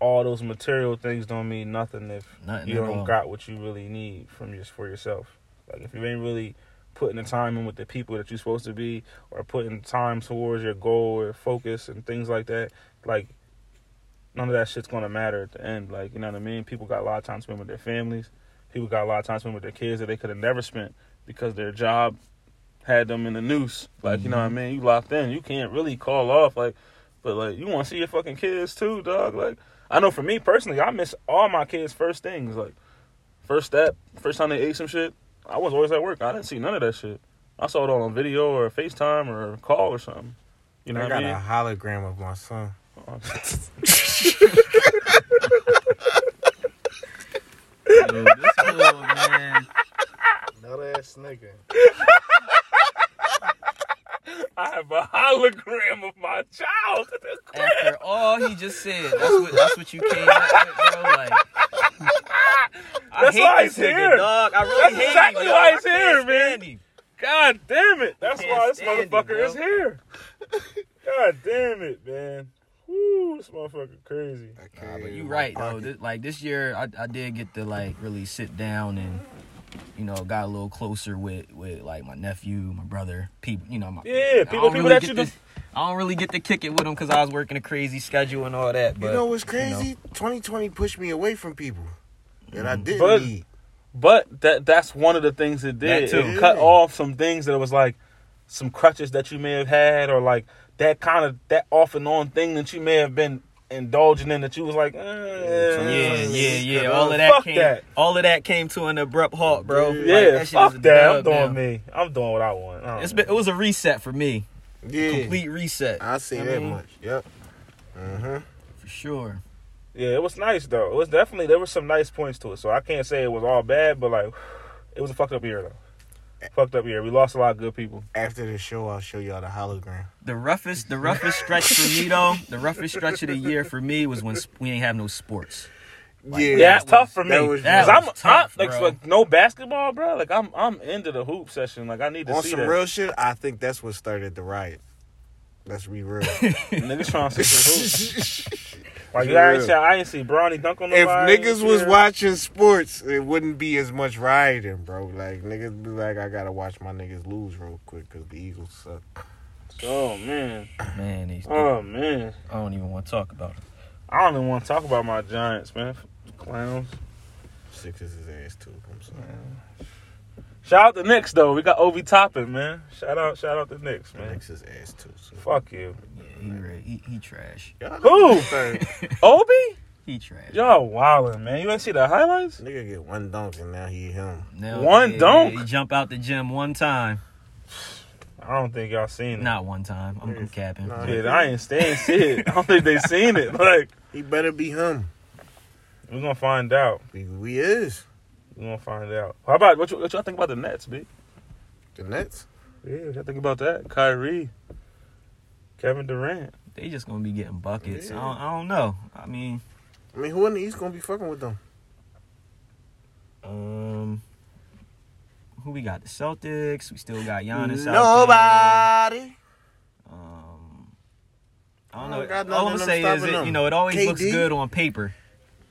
Speaker 3: all those material things don't mean nothing if
Speaker 4: Nothing
Speaker 3: you
Speaker 4: at
Speaker 3: don't
Speaker 4: all.
Speaker 3: got what you really need from just for yourself. Like if you ain't really putting the time in with the people that you're supposed to be, or putting time towards your goal or focus and things like that, like none of that shit's gonna matter at the end. Like you know what I mean? People got a lot of time spent with their families. People got a lot of time spent with their kids that they could have never spent because their job had them in the noose. Like you know what
Speaker 2: Mm-hmm.
Speaker 3: I mean? You locked in. You can't really call off. Like, but like you want to see your fucking kids too, dog. Like I know for me personally, I miss all my kids' first things. Like first step, first time they ate some shit. I was always at work. I didn't see none of that shit. I saw it all on video or FaceTime or call or something. You know
Speaker 2: I
Speaker 3: what
Speaker 2: got
Speaker 3: I mean?
Speaker 2: a hologram of my son.
Speaker 4: Yo, this little man.
Speaker 2: That ass nigga.
Speaker 3: I have a hologram of my child.
Speaker 4: After all he just said, that's what that's what you came up with, bro. Like, I
Speaker 3: That's
Speaker 4: hate
Speaker 3: why
Speaker 4: this
Speaker 3: he's
Speaker 4: nigga,
Speaker 3: here.
Speaker 4: dog. I really
Speaker 3: That's
Speaker 4: hate
Speaker 3: exactly
Speaker 4: him,
Speaker 3: why
Speaker 4: dog.
Speaker 3: he's
Speaker 4: I
Speaker 3: here,
Speaker 4: can't
Speaker 3: man.
Speaker 4: stand him.
Speaker 3: God damn it! That's
Speaker 4: Can't
Speaker 3: why this
Speaker 4: stand it,
Speaker 3: motherfucker
Speaker 4: bro.
Speaker 3: is here. God damn it, man. Woo, this motherfucker crazy.
Speaker 2: Nah,
Speaker 4: But you right though. This, like this year, I, I did get to like really sit down and you know got a little closer with with like my nephew, my brother, people. You know, my
Speaker 3: Yeah,
Speaker 4: I don't
Speaker 3: people- people
Speaker 4: really
Speaker 3: that
Speaker 4: get
Speaker 3: you
Speaker 4: to-
Speaker 3: just-
Speaker 4: I don't really get to kick it with them because I was working a crazy schedule and all that. But
Speaker 1: you know what's crazy? 2020 pushed me away from people that
Speaker 4: Mm-hmm.
Speaker 1: I didn't
Speaker 3: But-
Speaker 1: need.
Speaker 3: But that that's one of the things it did.
Speaker 4: That too.
Speaker 3: It cut off some things that was like some crutches that you may have had or like that kind of that off and on thing that you may have been indulging in that you was like, eh,
Speaker 4: Yeah,
Speaker 3: eh,
Speaker 4: yeah, yeah.
Speaker 3: eh,
Speaker 4: All of that
Speaker 3: fuck
Speaker 4: came.
Speaker 3: that.
Speaker 4: All of that came to an abrupt halt, bro. Like,
Speaker 3: Yeah,
Speaker 4: that shit
Speaker 3: fuck
Speaker 4: is a
Speaker 3: that. I'm
Speaker 4: dub
Speaker 3: doing
Speaker 4: now.
Speaker 3: me. I'm doing what I want. I don't
Speaker 4: It's
Speaker 3: know.
Speaker 4: been, it was a reset for me.
Speaker 1: Yeah,
Speaker 4: Complete reset
Speaker 1: I say
Speaker 4: I
Speaker 1: that
Speaker 4: mean-
Speaker 1: much. Yep. Mm-hmm.
Speaker 4: for sure.
Speaker 3: Yeah, it was nice though. It was definitely there were some nice points to it. So I can't say it was all bad, but like it was a fucked up year though. Fucked up year. We lost a lot of good people.
Speaker 1: After the show, I'll show y'all the hologram.
Speaker 4: The roughest, the roughest stretch for me though. The roughest stretch of the year for me was when sp- we ain't have no sports.
Speaker 1: yeah,
Speaker 3: Yeah, it's tough for me.
Speaker 1: that was-
Speaker 4: that
Speaker 3: Cause I'm,
Speaker 4: was tough,
Speaker 3: I- like,
Speaker 4: bro.
Speaker 3: like, no basketball, bro. Like I'm I'm into the hoop session. Like I need to
Speaker 1: on
Speaker 3: see
Speaker 1: some
Speaker 3: that.
Speaker 1: real shit. I think that's what started the riot. Let's be real.
Speaker 3: niggas trying to see some hoops. Like
Speaker 1: For
Speaker 3: you I ain't
Speaker 1: real.
Speaker 3: see, I ain't see Bronny dunk on
Speaker 1: if
Speaker 3: nobody.
Speaker 1: niggas was
Speaker 3: Yeah.
Speaker 1: watching sports, it wouldn't be as much rioting, bro. Like niggas be like, I gotta watch my niggas lose real quick because the Eagles suck.
Speaker 3: Oh man,
Speaker 4: Man, these,
Speaker 1: Uh.
Speaker 3: oh man.
Speaker 4: I don't even want to talk about it.
Speaker 3: I don't even want to talk about my Giants, man. Clowns.
Speaker 1: Sixers is ass too. I'm sorry.
Speaker 3: Shout out the Knicks though. We got Obi Toppin, man. Shout out, shout out the Knicks, man.
Speaker 1: Sixers is ass too. So.
Speaker 3: Fuck you.
Speaker 4: Yeah, he, re- he, he trash.
Speaker 1: Y'all
Speaker 3: Who?
Speaker 1: Third.
Speaker 3: Obi?
Speaker 4: He trash.
Speaker 3: Y'all wildin', man. You ain't see the highlights?
Speaker 1: Nigga get one dunk and now he him.
Speaker 4: Now-
Speaker 3: One dunk.
Speaker 4: He jump out the gym one time.
Speaker 3: I don't think y'all seen it.
Speaker 4: Not one time. I'm, I'm capping.
Speaker 1: Nah.
Speaker 3: Shit, I ain't staying shit. I don't think they seen it. Like,
Speaker 1: He better be him.
Speaker 3: we're gonna find out.
Speaker 1: We, we is
Speaker 3: We're gonna find out. How about what, you, what y'all think about the Nets, B?
Speaker 1: the Nets.
Speaker 3: Yeah, what y'all think about that? Kyrie, Kevin Durant.
Speaker 4: They just gonna be getting buckets.
Speaker 1: Yeah.
Speaker 4: I, don't, I don't know. I mean,
Speaker 1: I mean, who in the East gonna be fucking with them?
Speaker 4: um, who we got? The Celtics. We still got Giannis. Out
Speaker 1: Nobody.
Speaker 4: there. Um, I don't
Speaker 1: I
Speaker 4: know.
Speaker 1: don't got nothing
Speaker 4: All I'm gonna
Speaker 1: that's
Speaker 4: say is,
Speaker 1: stopping
Speaker 4: it, you
Speaker 1: them.
Speaker 4: know, it always looks
Speaker 1: KD?
Speaker 4: good on paper.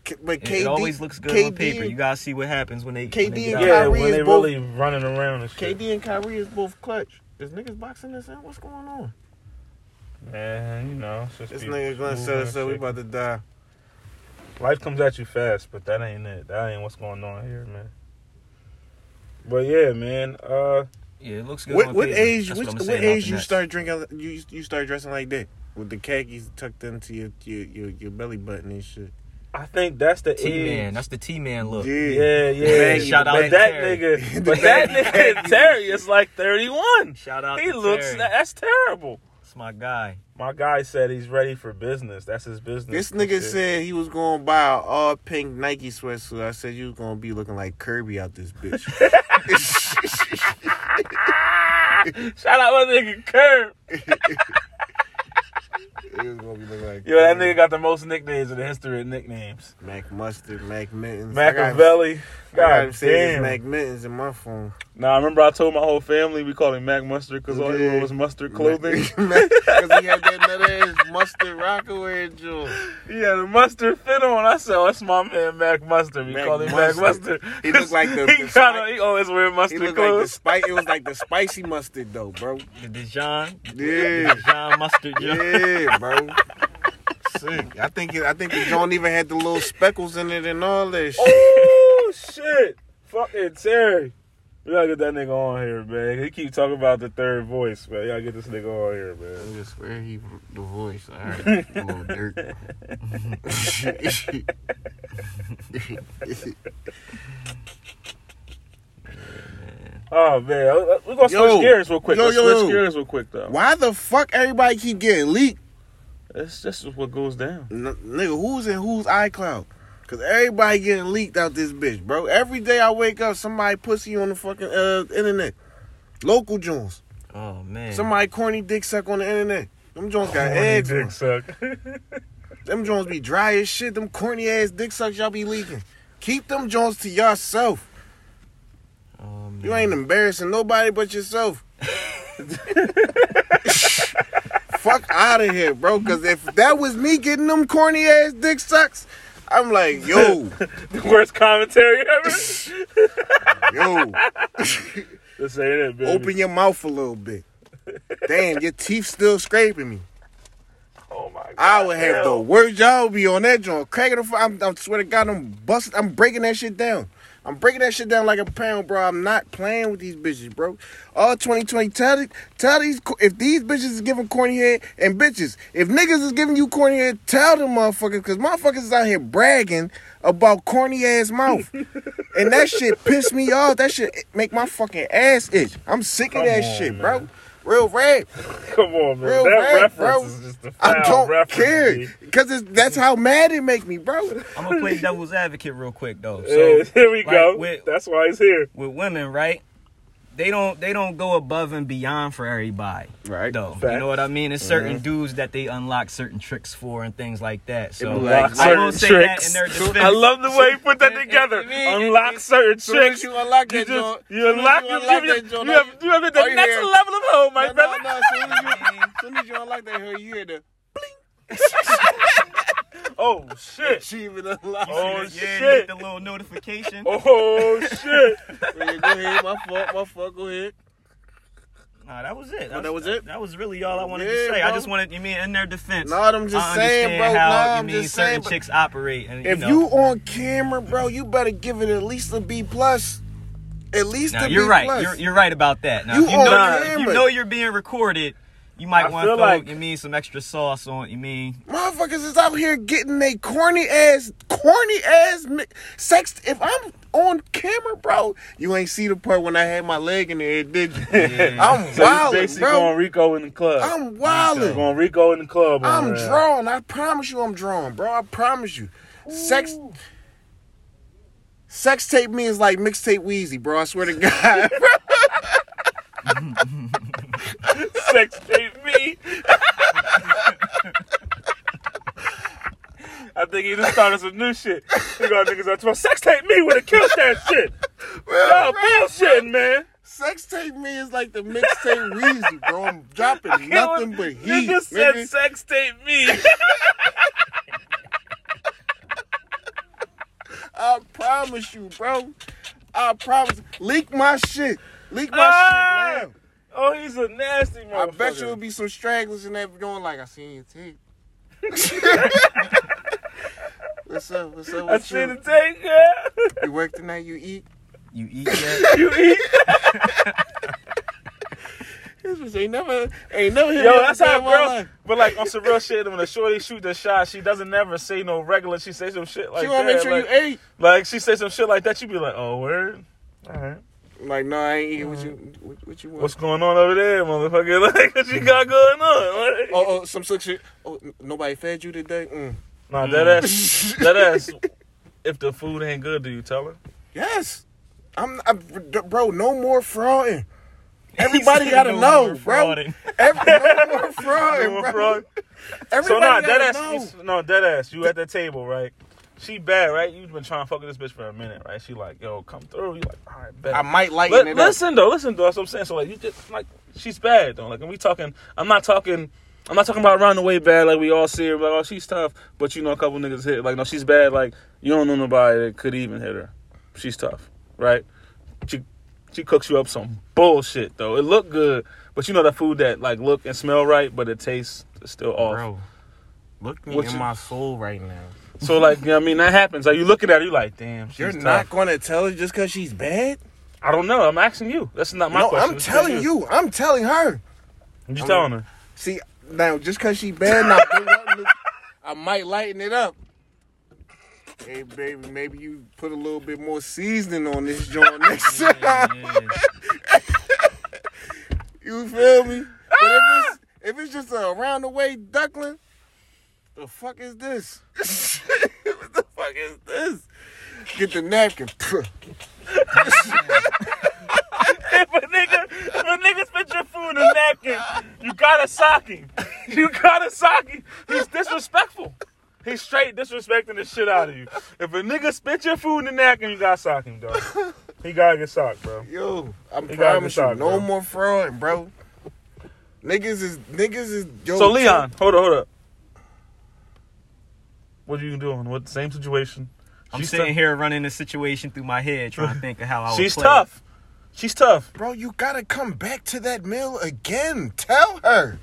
Speaker 1: K- but
Speaker 4: It,
Speaker 1: KD
Speaker 4: it always looks good on paper. You gotta see what happens when they. when they
Speaker 1: KD
Speaker 4: get
Speaker 1: and
Speaker 4: out.
Speaker 3: Yeah,
Speaker 1: Kyrie
Speaker 3: when
Speaker 1: is
Speaker 3: they
Speaker 1: both-
Speaker 3: really running around and shit.
Speaker 1: KD and Kyrie is both clutch. Is niggas boxing this in? What's going on?
Speaker 3: Man, you know, it's just
Speaker 1: This
Speaker 3: people
Speaker 1: nigga gonna
Speaker 3: moving
Speaker 1: sell
Speaker 3: and
Speaker 1: us up. We
Speaker 3: shit.
Speaker 1: about to die.
Speaker 3: Life comes at you fast, but that ain't it. That ain't what's going on here, man. But yeah, man. Uh,
Speaker 4: Yeah, it looks good.
Speaker 1: What,
Speaker 4: on
Speaker 1: what
Speaker 4: paper.
Speaker 1: age?
Speaker 4: That's
Speaker 1: Which,
Speaker 4: I'm
Speaker 1: what
Speaker 4: saying about
Speaker 1: age
Speaker 4: the
Speaker 1: you
Speaker 4: Nets.
Speaker 1: start drinking? You you start dressing like that with the khakis tucked into your your your, your belly button and shit.
Speaker 3: I think that's the
Speaker 4: T man,
Speaker 3: age.
Speaker 4: that's the T man look.
Speaker 3: Yeah, yeah.
Speaker 1: Maggie,
Speaker 4: Shout out
Speaker 3: but
Speaker 4: to
Speaker 3: that
Speaker 4: Terry.
Speaker 3: nigga. But that nigga Terry is like 31.
Speaker 4: Shout out.
Speaker 3: He
Speaker 4: to
Speaker 3: looks.
Speaker 4: Terry.
Speaker 3: That's terrible.
Speaker 4: That's my guy.
Speaker 3: My guy said he's ready for business. That's his business.
Speaker 1: This nigga
Speaker 3: Shit.
Speaker 1: said he was gonna buy an all pink Nike sweatsuit. I said you was gonna be looking like Kirby out this bitch.
Speaker 3: Shout out my nigga Curb.
Speaker 1: It was gonna be looking like
Speaker 3: Yo, that nigga got the most nicknames in the history of nicknames.
Speaker 1: Mac Mustard, Mac Mittens.
Speaker 3: Machiavelli.
Speaker 1: I got him
Speaker 3: God
Speaker 1: saying
Speaker 3: damn.
Speaker 1: Mac Mittens in my phone.
Speaker 3: Nah, I remember I told my whole family we called him Mac Mustard because all he wore was mustard clothing.
Speaker 1: Because he had that nut ass mustard rockaway joint.
Speaker 3: he had a mustard fit on. I said, oh, that's my man Mac Mustard. We
Speaker 1: Mac
Speaker 3: call him Mac
Speaker 1: Mustard.
Speaker 3: Mustard.
Speaker 1: He looked like the-
Speaker 3: he,
Speaker 1: the
Speaker 3: kinda,
Speaker 1: spi-
Speaker 3: he always wear
Speaker 1: He
Speaker 3: mustard
Speaker 1: looked like the
Speaker 3: clothes.
Speaker 1: spice. It was like the spicy mustard though, bro.
Speaker 4: The Dijon.
Speaker 1: Yeah.
Speaker 4: Dijon mustard. Yeah.
Speaker 1: Yeah, bro. Sick. I think it, I think the joint even had the little speckles in it and all that shit.
Speaker 3: oh shit! Fucking Terry. We gotta get that nigga on here, man. He keep talking about the third voice, man. Y'all get this nigga on here,
Speaker 1: I
Speaker 3: man.
Speaker 1: just swear he the voice. All right, little dirt.
Speaker 3: Oh man, we're gonna switch
Speaker 1: Yo.
Speaker 3: gears real quick.
Speaker 1: Yo,
Speaker 3: Let's
Speaker 1: yo,
Speaker 3: switch
Speaker 1: yo.
Speaker 3: gears real quick though.
Speaker 1: Why the fuck everybody keep getting leaked?
Speaker 3: That's that's just what goes down.
Speaker 1: N- nigga, who's in who's iCloud? Cause everybody getting leaked out this bitch, bro. Every day I wake up, somebody pussy on the fucking uh, internet. Local Jones.
Speaker 4: Oh man.
Speaker 1: Somebody corny dick suck on the internet. Them Jones got eggs. on 'em.
Speaker 3: suck.
Speaker 1: Them Jones be dry as shit. Them corny ass dick sucks y'all be leaking. Keep them Jones to yourself.
Speaker 4: Oh, man.
Speaker 1: You ain't embarrassing nobody but yourself. Fuck out of here, bro. Cause if that was me getting them corny ass dick sucks, I'm like, yo,
Speaker 3: the worst commentary ever. this
Speaker 1: yo,
Speaker 3: ain't it, baby.
Speaker 1: open your mouth a little bit. Damn, your teeth still scraping me.
Speaker 3: Oh my god.
Speaker 1: I would have the
Speaker 3: Hell.
Speaker 1: worst job be on that joint. Cracking the fu- I'm, I'm swear to God, I'm busting. I'm breaking that shit down. I'm breaking that shit down like a pound, bro. I'm not playing with these bitches, bro. All 2020, tell, the- tell these, co- if these bitches is giving corny head, and bitches, if niggas is giving you corny head, tell them motherfuckers, because motherfuckers is out here bragging about corny ass mouth. and that shit piss me off. That shit make my fucking ass itch. I'm sick of
Speaker 3: Come
Speaker 1: that
Speaker 3: on,
Speaker 1: shit,
Speaker 3: man.
Speaker 1: bro. Real rap.
Speaker 3: Come on, man.
Speaker 1: Real
Speaker 3: that
Speaker 1: rap,
Speaker 3: reference
Speaker 1: bro.
Speaker 3: is just a foul
Speaker 1: I don't
Speaker 3: reference,
Speaker 1: care
Speaker 3: G.
Speaker 1: because that's how mad it make me, bro.
Speaker 4: I'm gonna play devil's advocate real quick though.
Speaker 3: Yeah,
Speaker 4: So
Speaker 3: here we
Speaker 4: like,
Speaker 3: go.
Speaker 4: with-
Speaker 3: That's why he's here.
Speaker 4: with women, right? They don't they don't go above and beyond for everybody.
Speaker 1: Right.
Speaker 4: Though. You
Speaker 3: Facts.
Speaker 4: know what I mean? It's certain dudes that they unlock certain tricks for and things like that. So
Speaker 1: Unlock
Speaker 4: I
Speaker 3: certain
Speaker 4: will say
Speaker 3: tricks.
Speaker 4: that in their defense.
Speaker 3: I love the way you put that
Speaker 4: it- it-
Speaker 3: together.
Speaker 4: it mean-
Speaker 3: Unlock
Speaker 4: it-
Speaker 3: certain tricks.
Speaker 1: you unlock
Speaker 3: You
Speaker 1: that joint,
Speaker 3: just you
Speaker 1: soon as
Speaker 3: unlock you,
Speaker 1: unlock
Speaker 3: you,
Speaker 1: that
Speaker 3: you,
Speaker 1: joint,
Speaker 3: you have you have hit the
Speaker 1: all you
Speaker 3: next
Speaker 1: hear-
Speaker 3: level of home, my
Speaker 1: no, no,
Speaker 3: brother.
Speaker 1: no, soon as you, soon as you unlock that her, you hear the
Speaker 3: Oh shit!
Speaker 1: she even unlocked.
Speaker 3: Oh
Speaker 4: yeah, you get
Speaker 3: shit!
Speaker 4: the little notification.
Speaker 3: Oh shit!
Speaker 1: Yeah, go ahead, my fault, my fault, go ahead.
Speaker 4: Nah, that was it.
Speaker 1: Oh, that was it?
Speaker 4: That was really all I wanted
Speaker 1: Yeah,
Speaker 4: to say. I
Speaker 1: bro.
Speaker 4: just wanted, you mean, in their defense.
Speaker 1: Nah, I'm just
Speaker 4: I
Speaker 1: saying,
Speaker 4: understand
Speaker 1: bro.
Speaker 4: How,
Speaker 1: Nah,
Speaker 4: you
Speaker 1: I'm
Speaker 4: mean,
Speaker 1: just
Speaker 4: certain
Speaker 1: saying, but-
Speaker 4: chicks operate. And,
Speaker 1: If
Speaker 4: you, know,
Speaker 1: you on camera, bro, you better give it at least a B plus. At least
Speaker 4: Now,
Speaker 1: a
Speaker 4: you're
Speaker 1: B
Speaker 4: right.
Speaker 1: plus.
Speaker 4: You're, you're right about that. Now,
Speaker 1: You
Speaker 4: if you
Speaker 1: on
Speaker 4: know, you're, if
Speaker 1: camera.
Speaker 4: you know you're being recorded. You
Speaker 3: I
Speaker 4: might want to
Speaker 3: feel
Speaker 4: throw,
Speaker 3: like-
Speaker 4: you mean, some extra sauce on, you mean.
Speaker 1: Motherfuckers is out here getting they corny ass, corny ass mi- sex. If I'm on camera, bro, you ain't see the part when I had my leg in there, did you? I'm
Speaker 3: So you
Speaker 1: wildin',
Speaker 3: basically
Speaker 1: bro.
Speaker 3: going Rico in the club.
Speaker 1: I'm wildin'.
Speaker 3: going Rico in the club. on
Speaker 1: I'm
Speaker 3: that.
Speaker 1: drawn. I promise you, I'm drawn, bro. I promise you. Sex. Sex tape me is like mixtape Wheezy, bro. I swear to God.
Speaker 3: Sex tape me. I think he just started some new shit. We got niggas out to sex tape me with a kill that shit. Y'all bullshitting, man.
Speaker 1: Sex tape me is like the mixtape Wheezy, bro. I'm dropping nothing but heat.
Speaker 3: You just said
Speaker 1: nigga.
Speaker 3: sex tape me.
Speaker 1: I promise you, bro. I promise. Leak my shit. Leak my
Speaker 3: Ah!
Speaker 1: shit
Speaker 3: Oh, he's a nasty
Speaker 1: now. I
Speaker 3: motherfucker.
Speaker 1: bet you it'll be some stragglers in there going like, I seen your tape. what's up? What's up?
Speaker 3: I
Speaker 1: What's
Speaker 3: see the
Speaker 1: up?
Speaker 3: take, girl.
Speaker 1: You work tonight? You eat?
Speaker 4: You eat that.
Speaker 3: You eat.
Speaker 1: This bitch ain't never, ain't never hit
Speaker 3: Yo,
Speaker 1: me
Speaker 3: that's
Speaker 1: up
Speaker 3: how
Speaker 1: in my
Speaker 3: girls.
Speaker 1: life.
Speaker 3: But like on some real shit, when a shorty shoot the shot, she doesn't never say no regular. She say some shit like
Speaker 1: She want to
Speaker 3: that.
Speaker 1: make sure
Speaker 3: like,
Speaker 1: you ate.
Speaker 3: Like she say some shit like that, you be like, "Oh, word, all right,
Speaker 1: I'm like, no, I ain't eating. What you, what, what you want?
Speaker 3: what's going on over there, motherfucker? Like, what you got going on?" Like,
Speaker 1: oh, oh, some slick shit. Oh, n- nobody fed you today? Mm.
Speaker 3: Nah, that ass, that ass. If the food ain't good, do you tell her?
Speaker 1: Yes. I'm, I'm, bro, no more frauding. Everybody gotta
Speaker 3: No more
Speaker 1: know, bro.
Speaker 3: frauding.
Speaker 1: Every, no more fraud,
Speaker 3: No more
Speaker 1: bro.
Speaker 3: fraud. So
Speaker 1: Everybody
Speaker 3: nah, dead
Speaker 1: gotta
Speaker 3: ass.
Speaker 1: know.
Speaker 3: you- No, dead ass. You at the table, right? She bad, right? You've been trying to fuck with this bitch for a minute, right? She like, yo, come through. You like, all right, bet.
Speaker 1: I might lighten
Speaker 3: But
Speaker 1: it up.
Speaker 3: listen though, listen though. That's what I'm saying. So like, you just like, she's bad though. Like, and we talking. I'm not talking. I'm not talking about around the way bad. Like we all see her. Like, oh, she's tough. But you know, a couple niggas hit. Like, no, she's bad. Like, you don't know nobody that could even hit her. She's tough, right? She she cooks you up some bullshit though. It look good, but you know that food that like look and smell right, but it tastes still off.
Speaker 2: Bro, look me
Speaker 3: What
Speaker 2: in
Speaker 3: you-
Speaker 2: my soul right now.
Speaker 3: So like, you know what I mean, that happens. Like you looking at her, you like, damn, she's
Speaker 1: You're
Speaker 3: tough.
Speaker 1: not gonna tell her just because she's bad?
Speaker 3: I don't know. I'm asking you. That's not my
Speaker 1: no,
Speaker 3: question.
Speaker 1: I'm
Speaker 3: It's
Speaker 1: telling you. I'm telling her.
Speaker 3: You telling her?
Speaker 1: See, now just because she bad, now, do nothing to- I might lighten it up. Hey, baby, maybe you put a little bit more seasoning on this joint next time. you feel me? But if it's, if it's just a round the way duckling, the fuck is this? what the fuck is this? Get the napkin.
Speaker 3: if a nigga, if a nigga spit your food in a napkin, you gotta sock him. You gotta sock him. He's disrespectful. He's straight disrespecting the shit out of you. If a nigga spit your food in the napkin, you gotta sock him, dog. He gotta get socked, bro.
Speaker 1: Yo, I'm
Speaker 3: gotta
Speaker 1: promise
Speaker 3: be
Speaker 1: you,
Speaker 3: shocked,
Speaker 1: no
Speaker 3: bro.
Speaker 1: more fraud, bro. Niggas is niggas is yo.
Speaker 3: So Leon, hold up, hold up. What are you doing? What same situation?
Speaker 4: I'm
Speaker 3: She's
Speaker 4: sitting
Speaker 3: tou-
Speaker 4: here running the situation through my head, trying to think of how I would
Speaker 3: She's
Speaker 4: play.
Speaker 3: tough. She's tough.
Speaker 1: bro, you gotta come back to that meal again. Tell her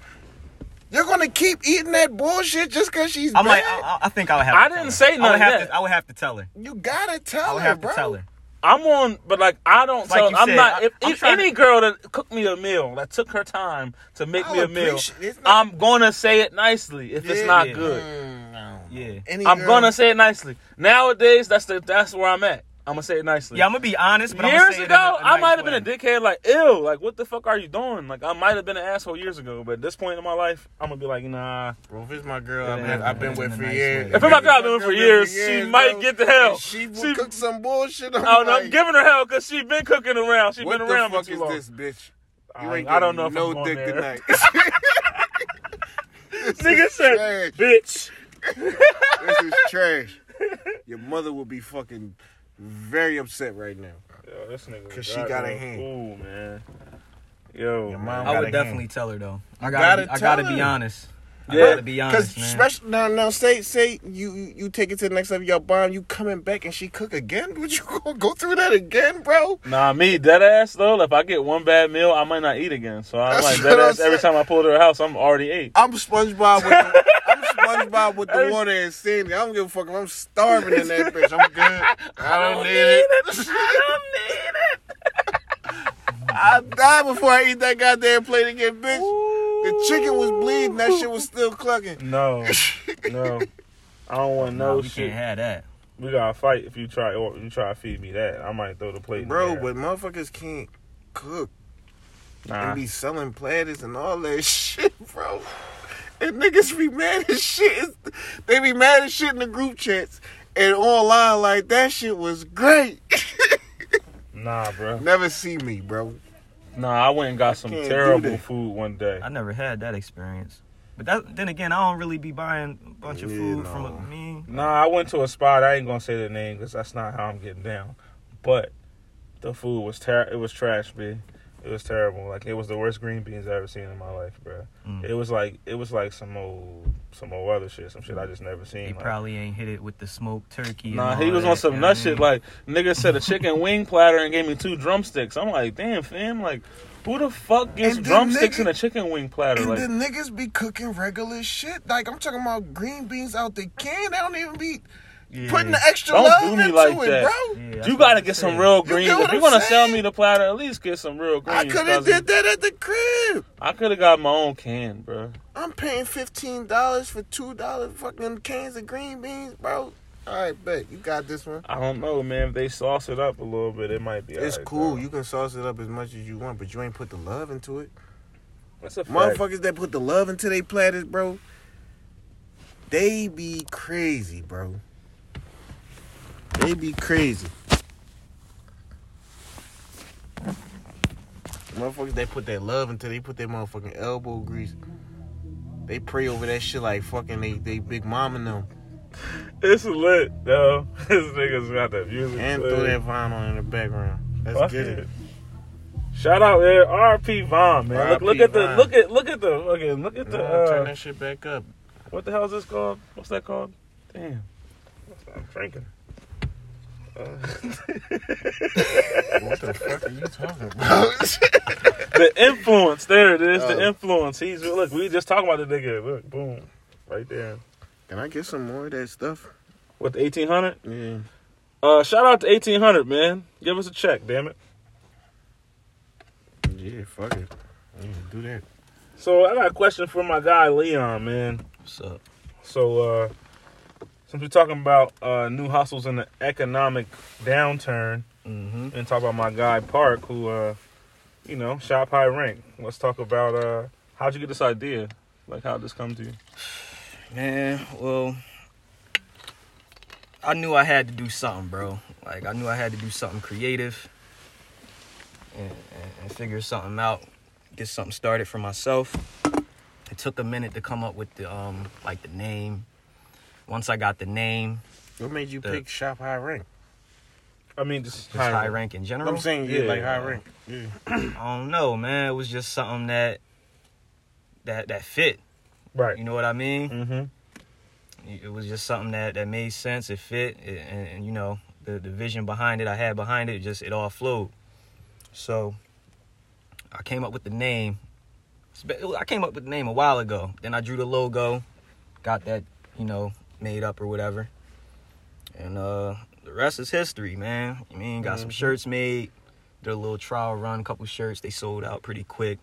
Speaker 1: you're gonna keep eating that bullshit just cause she's.
Speaker 4: I'm like,
Speaker 1: bad.
Speaker 4: I, I- I think I would have.
Speaker 3: I
Speaker 4: to tell
Speaker 3: didn't
Speaker 4: her.
Speaker 3: say
Speaker 4: I would
Speaker 3: none of
Speaker 4: have
Speaker 3: that.
Speaker 4: to. I would have to tell her.
Speaker 1: you gotta
Speaker 4: I
Speaker 1: tell
Speaker 4: would
Speaker 1: her,
Speaker 4: have
Speaker 1: bro.
Speaker 4: to tell her.
Speaker 3: I'm on, but like I don't.
Speaker 4: Like
Speaker 3: tell,
Speaker 4: you
Speaker 3: I'm
Speaker 4: said,
Speaker 3: not.
Speaker 4: I-
Speaker 3: If,
Speaker 4: I'm
Speaker 3: if
Speaker 4: trying
Speaker 3: any girl that cooked me a meal that took her time to make
Speaker 1: I'll
Speaker 3: me a meal,
Speaker 1: appreciate- it's not-
Speaker 3: I'm gonna say it nicely. If it's
Speaker 1: Yeah.
Speaker 3: not
Speaker 4: Yeah.
Speaker 3: good,
Speaker 1: Mm, no.
Speaker 4: Yeah.
Speaker 1: Any
Speaker 3: I'm
Speaker 1: girl-
Speaker 3: gonna say it nicely. Nowadays, that's the that's where I'm at. I'm gonna say it nicely.
Speaker 4: Yeah, I'm gonna be honest, but I'm
Speaker 3: years
Speaker 4: say it
Speaker 3: ago,
Speaker 4: in a- a
Speaker 3: I
Speaker 4: nice
Speaker 3: might have
Speaker 4: way.
Speaker 3: been a dickhead. Like, ew, like what the fuck are you doing? Like, I might have been an asshole years ago, but at this point in my life, I'm gonna be like, nah.
Speaker 2: Bro, if it's my girl, I've
Speaker 4: Yeah,
Speaker 2: been, I've been
Speaker 4: man,
Speaker 2: with
Speaker 4: in
Speaker 2: for
Speaker 4: a nice
Speaker 2: years.
Speaker 4: way.
Speaker 3: If it's my girl I've been with for years, she might get the hell.
Speaker 1: If She will
Speaker 3: She-
Speaker 1: cook some bullshit.
Speaker 3: Oh no, I'm
Speaker 1: like,
Speaker 3: giving her hell because she been cooking around. She
Speaker 1: What
Speaker 3: been
Speaker 1: the
Speaker 3: around
Speaker 1: fuck
Speaker 3: for too
Speaker 1: is
Speaker 3: long.
Speaker 1: this, bitch? You
Speaker 3: I-
Speaker 1: ain't
Speaker 3: I don't
Speaker 1: getting
Speaker 3: know if I'm
Speaker 1: no
Speaker 3: going
Speaker 1: dick
Speaker 3: there.
Speaker 1: tonight.
Speaker 3: Nigga said,
Speaker 1: This
Speaker 3: bitch.
Speaker 1: is trash. Your mother will be fucking very upset right now.
Speaker 3: Yo, this nigga.
Speaker 1: Cause she got a hand.
Speaker 3: Ooh, man. Yo,
Speaker 2: Your
Speaker 3: man.
Speaker 2: mom
Speaker 4: I
Speaker 2: got
Speaker 4: would
Speaker 2: a
Speaker 4: definitely
Speaker 2: hand.
Speaker 4: tell her though. I gotta,
Speaker 1: gotta
Speaker 4: be, I gotta
Speaker 1: tell
Speaker 4: be
Speaker 1: her.
Speaker 4: honest. I
Speaker 3: Yeah,
Speaker 4: gotta be honest,
Speaker 1: Cause
Speaker 4: man.
Speaker 1: especially now, now say say you you- you take it to the next level. Your bomb, you coming back and she cook again? Would you gonna go through that again, bro?
Speaker 3: Nah, me dead ass though. If I get one bad meal, I might not eat again. So I'm
Speaker 1: That's
Speaker 3: like
Speaker 1: what
Speaker 3: dead
Speaker 1: I'm
Speaker 3: ass. Every
Speaker 1: saying.
Speaker 3: time I pull to her house, I'm already ate.
Speaker 1: I'm SpongeBob with the, I'm SpongeBob with the water and sandy. I don't give a fuck if I'm starving in that bitch. I'm good. I don't need it. I die before I eat that goddamn plate again, bitch. The chicken was bleeding. That shit was still clucking.
Speaker 3: No, no. I don't want
Speaker 4: Nah,
Speaker 3: no
Speaker 4: we
Speaker 3: shit.
Speaker 4: can't have that.
Speaker 3: we gotta fight if you try or you try to feed me that. I might throw the plate. in
Speaker 1: Bro,
Speaker 3: the
Speaker 1: but motherfuckers can't cook.
Speaker 3: air.
Speaker 1: and be selling platters and all that shit, bro. And niggas be mad as shit. It's- They be mad as shit in the group chats and online like that shit was great.
Speaker 3: nah, nah, bro.
Speaker 1: Never see me, bro.
Speaker 3: Nah, I went and got some
Speaker 1: can't do
Speaker 3: terrible
Speaker 1: that.
Speaker 3: food one day.
Speaker 4: I never had that experience. But that, then again, I don't really be buying a bunch of
Speaker 1: Yeah,
Speaker 4: food
Speaker 1: no.
Speaker 4: from a me.
Speaker 3: Nah, I went to a spot. I ain't gonna say the name because that's not how I'm getting down. But the food was ter- It was trash, b. It was terrible. Like it was the worst green beans I ever seen in my life, bro.
Speaker 4: Mm.
Speaker 3: It was like it was like some old some old other shit, some shit I just never seen.
Speaker 4: He
Speaker 3: like-
Speaker 4: probably ain't hit it with the smoked turkey. and
Speaker 3: Nah,
Speaker 4: all
Speaker 3: he was
Speaker 4: that,
Speaker 3: on some
Speaker 4: you know what
Speaker 3: nut
Speaker 4: I
Speaker 3: shit.
Speaker 4: mean?
Speaker 3: Like nigga said, a chicken wing platter and gave me two drumsticks. I'm like, damn, fam, like. Who the fuck gives
Speaker 1: And then
Speaker 3: drumsticks
Speaker 1: nigga-
Speaker 3: in a chicken wing platter?
Speaker 1: And
Speaker 3: Like,
Speaker 1: the niggas be cooking regular shit. Like I'm talking about green beans out the can. They don't even be
Speaker 4: Yeah.
Speaker 1: putting the extra
Speaker 3: Don't
Speaker 1: love
Speaker 3: do me
Speaker 1: into
Speaker 3: like
Speaker 1: it,
Speaker 3: that. Mm-hmm.
Speaker 1: bro.
Speaker 4: Yeah, that's
Speaker 3: you
Speaker 4: what
Speaker 3: gotta
Speaker 4: I'm
Speaker 3: get some
Speaker 4: saying.
Speaker 3: real greens.
Speaker 1: get
Speaker 3: If
Speaker 1: what
Speaker 3: you're
Speaker 1: I'm
Speaker 3: gonna sell
Speaker 1: saying?
Speaker 3: me the platter, at least get some real greens.
Speaker 1: I could have
Speaker 3: cousin.
Speaker 1: did that at the crib.
Speaker 3: I could have got my own can, bro.
Speaker 1: I'm paying fifteen dollars for two dollar fucking cans of green beans, bro. All right, bet you got this one.
Speaker 3: I don't know, man. If they sauce it up a little bit, it might be.
Speaker 1: It's
Speaker 3: alright,
Speaker 1: cool.
Speaker 3: bro.
Speaker 1: You can sauce it up as much as you want, but you ain't put the love into it.
Speaker 3: That's a fact.
Speaker 1: Motherfuckers that put the love into their platters, bro, they be crazy, bro. They be crazy.
Speaker 5: Motherfuckers,
Speaker 1: They put their love until they put their motherfucking elbow grease. They pray over that shit like fucking they, they big mom and them.
Speaker 3: It's lit, though. This nigga's got that music.
Speaker 1: And
Speaker 3: playing.
Speaker 1: throw that vinyl in the background. Let's
Speaker 3: Fuck
Speaker 1: get
Speaker 3: it.
Speaker 1: it.
Speaker 3: Shout out eh, there, RP Von, man. Look, look
Speaker 1: R.P.
Speaker 3: at the
Speaker 1: Von.
Speaker 3: look at look at the okay, look at the
Speaker 1: Nah, turn
Speaker 3: uh,
Speaker 1: that shit back up.
Speaker 3: what the hell is this called? What's that called? Damn, I'm drinking. Uh,
Speaker 1: What the fuck are you talking about?
Speaker 3: The influence, there it is. The
Speaker 5: Oh.
Speaker 3: influence. He's look. We just talking about the nigga. Look, boom, right there.
Speaker 5: can I get some more of that stuff?
Speaker 3: What the eighteen hundred?
Speaker 5: Yeah.
Speaker 3: Uh, shout out to eighteen hundred, man. Give us a check, damn it.
Speaker 5: Yeah, fuck it.
Speaker 1: Yeah, do that.
Speaker 3: So I got a question for my guy Leon, man.
Speaker 4: What's up?
Speaker 3: So, uh, since we're talking about uh, new hustles in the economic downturn,
Speaker 4: Mm-hmm.
Speaker 3: and talk about my guy Park, who, uh, you know, shop high rank. Let's talk about uh, how'd you get this idea? Like, how'd this come to you?
Speaker 4: Man, well, I knew I had to do something, bro. Like I knew I had to do something creative and, and, and figure something out, get something started for myself. It took a minute to come up with the um like the name. Once I got the name,
Speaker 1: What made you
Speaker 4: The-
Speaker 1: pick shop high rank?
Speaker 3: I mean, just
Speaker 4: just high,
Speaker 3: high rank.
Speaker 4: rank in general.
Speaker 1: I'm saying yeah,
Speaker 3: Yeah.
Speaker 1: like high rank. Yeah.
Speaker 4: I don't know, man. It was just something that that that fit.
Speaker 3: Right.
Speaker 4: You know what I mean?
Speaker 3: Mm-hmm.
Speaker 4: it was just something that that made sense it fit it, and, and you know the, the vision behind it i had behind it just it all flowed so i came up with the name It's been- it was- i came up with the name a while ago then i drew the logo got that you know made up or whatever and uh the rest is history man i mean got
Speaker 3: Mm-hmm.
Speaker 4: some shirts made did a little trial run couple shirts they sold out pretty quick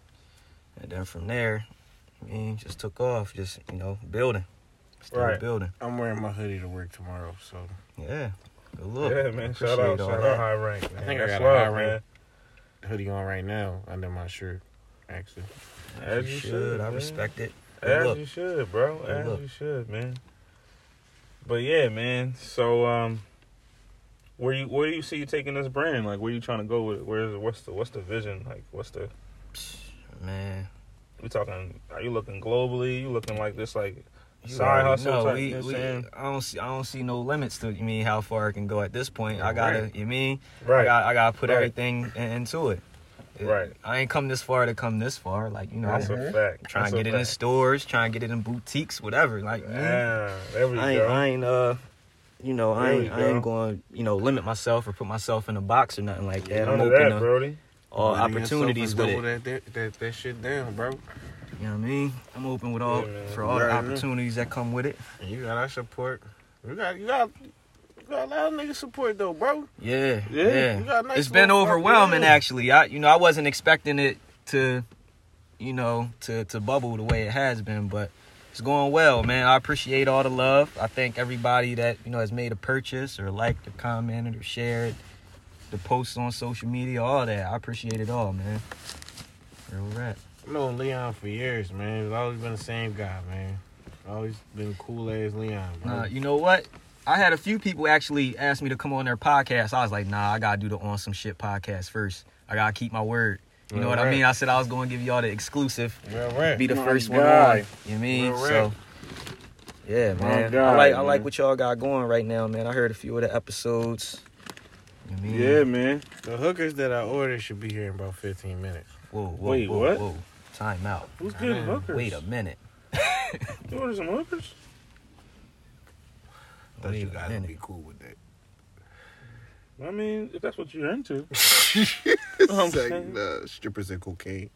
Speaker 4: and then from there i mean just took off just you know building still
Speaker 3: Right.
Speaker 4: building
Speaker 1: I'm wearing my hoodie to work tomorrow, so
Speaker 4: yeah. Good look.
Speaker 3: yeah, man. Shout
Speaker 4: Appreciate
Speaker 3: out,
Speaker 4: all
Speaker 3: shout out
Speaker 4: that.
Speaker 3: high rank. Man.
Speaker 1: I think I
Speaker 3: That's
Speaker 1: got a high
Speaker 3: love,
Speaker 1: rank hoodie on right now under my shirt. Actually,
Speaker 3: man. As
Speaker 4: You
Speaker 3: you
Speaker 4: should. I
Speaker 3: man.
Speaker 4: respect it. Good
Speaker 3: As
Speaker 4: look.
Speaker 3: you should, bro.
Speaker 4: Good
Speaker 3: As
Speaker 4: look.
Speaker 3: you should, man. But yeah, man. So um where you where do you see you taking this brand? Like where you trying to go with it? Where's what's the what's the vision? Like what's the
Speaker 4: Man.
Speaker 3: we talking are you looking globally? You looking like this like
Speaker 4: You
Speaker 3: side
Speaker 4: already
Speaker 3: hustle
Speaker 4: know,
Speaker 3: type,
Speaker 4: we-
Speaker 3: you know what I'm
Speaker 4: we-
Speaker 3: saying?
Speaker 4: I don't see I don't see no limits to you mean how far it can go at this point. I gotta
Speaker 3: Right.
Speaker 4: you mean I
Speaker 3: Right.
Speaker 4: gotta, I gotta put
Speaker 3: Right.
Speaker 4: everything in, into it. It-
Speaker 3: Right.
Speaker 4: I ain't come this far to come this far. Like, you know,
Speaker 3: That's a fact.
Speaker 4: trying
Speaker 3: That's
Speaker 4: to
Speaker 3: a
Speaker 4: get it in
Speaker 3: fact.
Speaker 4: stores, trying to get it in boutiques, whatever. Like you know,
Speaker 3: Yeah, there we
Speaker 4: Mm-hmm. I ain't
Speaker 3: go.
Speaker 4: I ain't uh you know, I
Speaker 3: There we
Speaker 4: ain't, I ain't
Speaker 3: go.
Speaker 4: gonna, you know, limit myself or put myself in a box or nothing like that. I'm
Speaker 3: None of
Speaker 4: open
Speaker 3: that,
Speaker 4: to
Speaker 3: Brody.
Speaker 4: all
Speaker 1: Hoodie and
Speaker 4: opportunities
Speaker 1: stuff
Speaker 4: with
Speaker 1: and
Speaker 4: it.
Speaker 1: double That, that, that, that shit down, bro.
Speaker 4: You know what I mean? I'm open with all
Speaker 3: Yeah, man.
Speaker 4: for all the
Speaker 1: Right, man.
Speaker 4: opportunities that come with it.
Speaker 1: And you got our support. You got you got you got a lot of niggas support though, bro.
Speaker 4: Yeah,
Speaker 3: Yeah,
Speaker 4: yeah.
Speaker 1: you got a nice
Speaker 4: it's been
Speaker 1: little fuck,
Speaker 4: overwhelming
Speaker 1: yeah.
Speaker 4: actually. I you know I wasn't expecting it to, you know, to to bubble the way it has been, but it's going well, man. I appreciate all the love. I thank everybody that you know has made a purchase or liked or commented or shared the posts on social media, all that. I appreciate it all, man. Real rap.
Speaker 1: I've known Leon for years, man. He's always been the same guy, man. Always been cool as Leon, bro.
Speaker 4: Nah, Uh, you know what? I had a few people actually ask me to come on their podcast. I was like, nah, I gotta do the on some shit podcast first. I gotta keep my word. You know
Speaker 1: Real
Speaker 4: what I
Speaker 1: rap.
Speaker 4: mean? I said I was gonna give y'all the exclusive,
Speaker 1: Real rap.
Speaker 4: be the
Speaker 5: My
Speaker 4: first one
Speaker 5: guy.
Speaker 4: on. You know what I mean?
Speaker 1: Real
Speaker 4: So
Speaker 1: rap.
Speaker 4: yeah,
Speaker 5: My
Speaker 4: man.
Speaker 5: guy,
Speaker 4: I like I like
Speaker 5: man.
Speaker 4: what y'all got going right now, man. I heard a few of the episodes. You know what I mean?
Speaker 3: Yeah, man.
Speaker 1: The hookers that I ordered should be here in about 15 minutes.
Speaker 4: Whoa, whoa,
Speaker 3: Wait,
Speaker 4: whoa,
Speaker 3: what?
Speaker 4: whoa. Time out.
Speaker 3: Who's getting
Speaker 1: Man,
Speaker 3: hookers?
Speaker 4: Wait a minute.
Speaker 3: You order some hookers?
Speaker 1: Thought
Speaker 4: Wait
Speaker 1: you
Speaker 4: a
Speaker 1: guys would
Speaker 4: minute.
Speaker 1: be cool with that.
Speaker 3: I mean, if that's what you're into.
Speaker 5: It's like
Speaker 3: saying.
Speaker 5: uh, strippers and cocaine.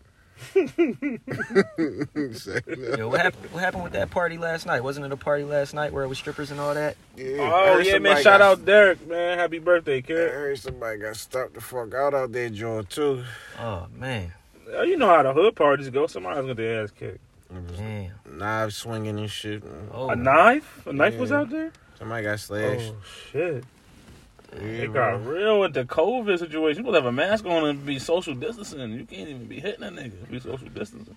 Speaker 5: It's like, no.
Speaker 4: Yo, what happened what happened with that party last night? Wasn't it a party last night where it was strippers and all that?
Speaker 5: Yeah, I
Speaker 3: Oh
Speaker 5: heard
Speaker 3: yeah, man.
Speaker 5: somebody
Speaker 3: Shout
Speaker 5: got-
Speaker 3: out Derek, man. Happy birthday,
Speaker 1: I
Speaker 3: kid.
Speaker 1: heard somebody got stopped the fuck out out there, George, too.
Speaker 4: Oh man.
Speaker 3: Uh, You know how the hood parties go. Somebody's gonna get their ass kicked.
Speaker 1: It was
Speaker 4: Damn.
Speaker 1: Knives swinging and shit.
Speaker 4: Oh
Speaker 3: A knife? A knife was
Speaker 1: Yeah.
Speaker 3: out there?
Speaker 1: Somebody got slashed.
Speaker 3: Oh shit! It got real with the COVID situation. People have a mask on and be social distancing. You can't even be hitting a nigga if you social distancing.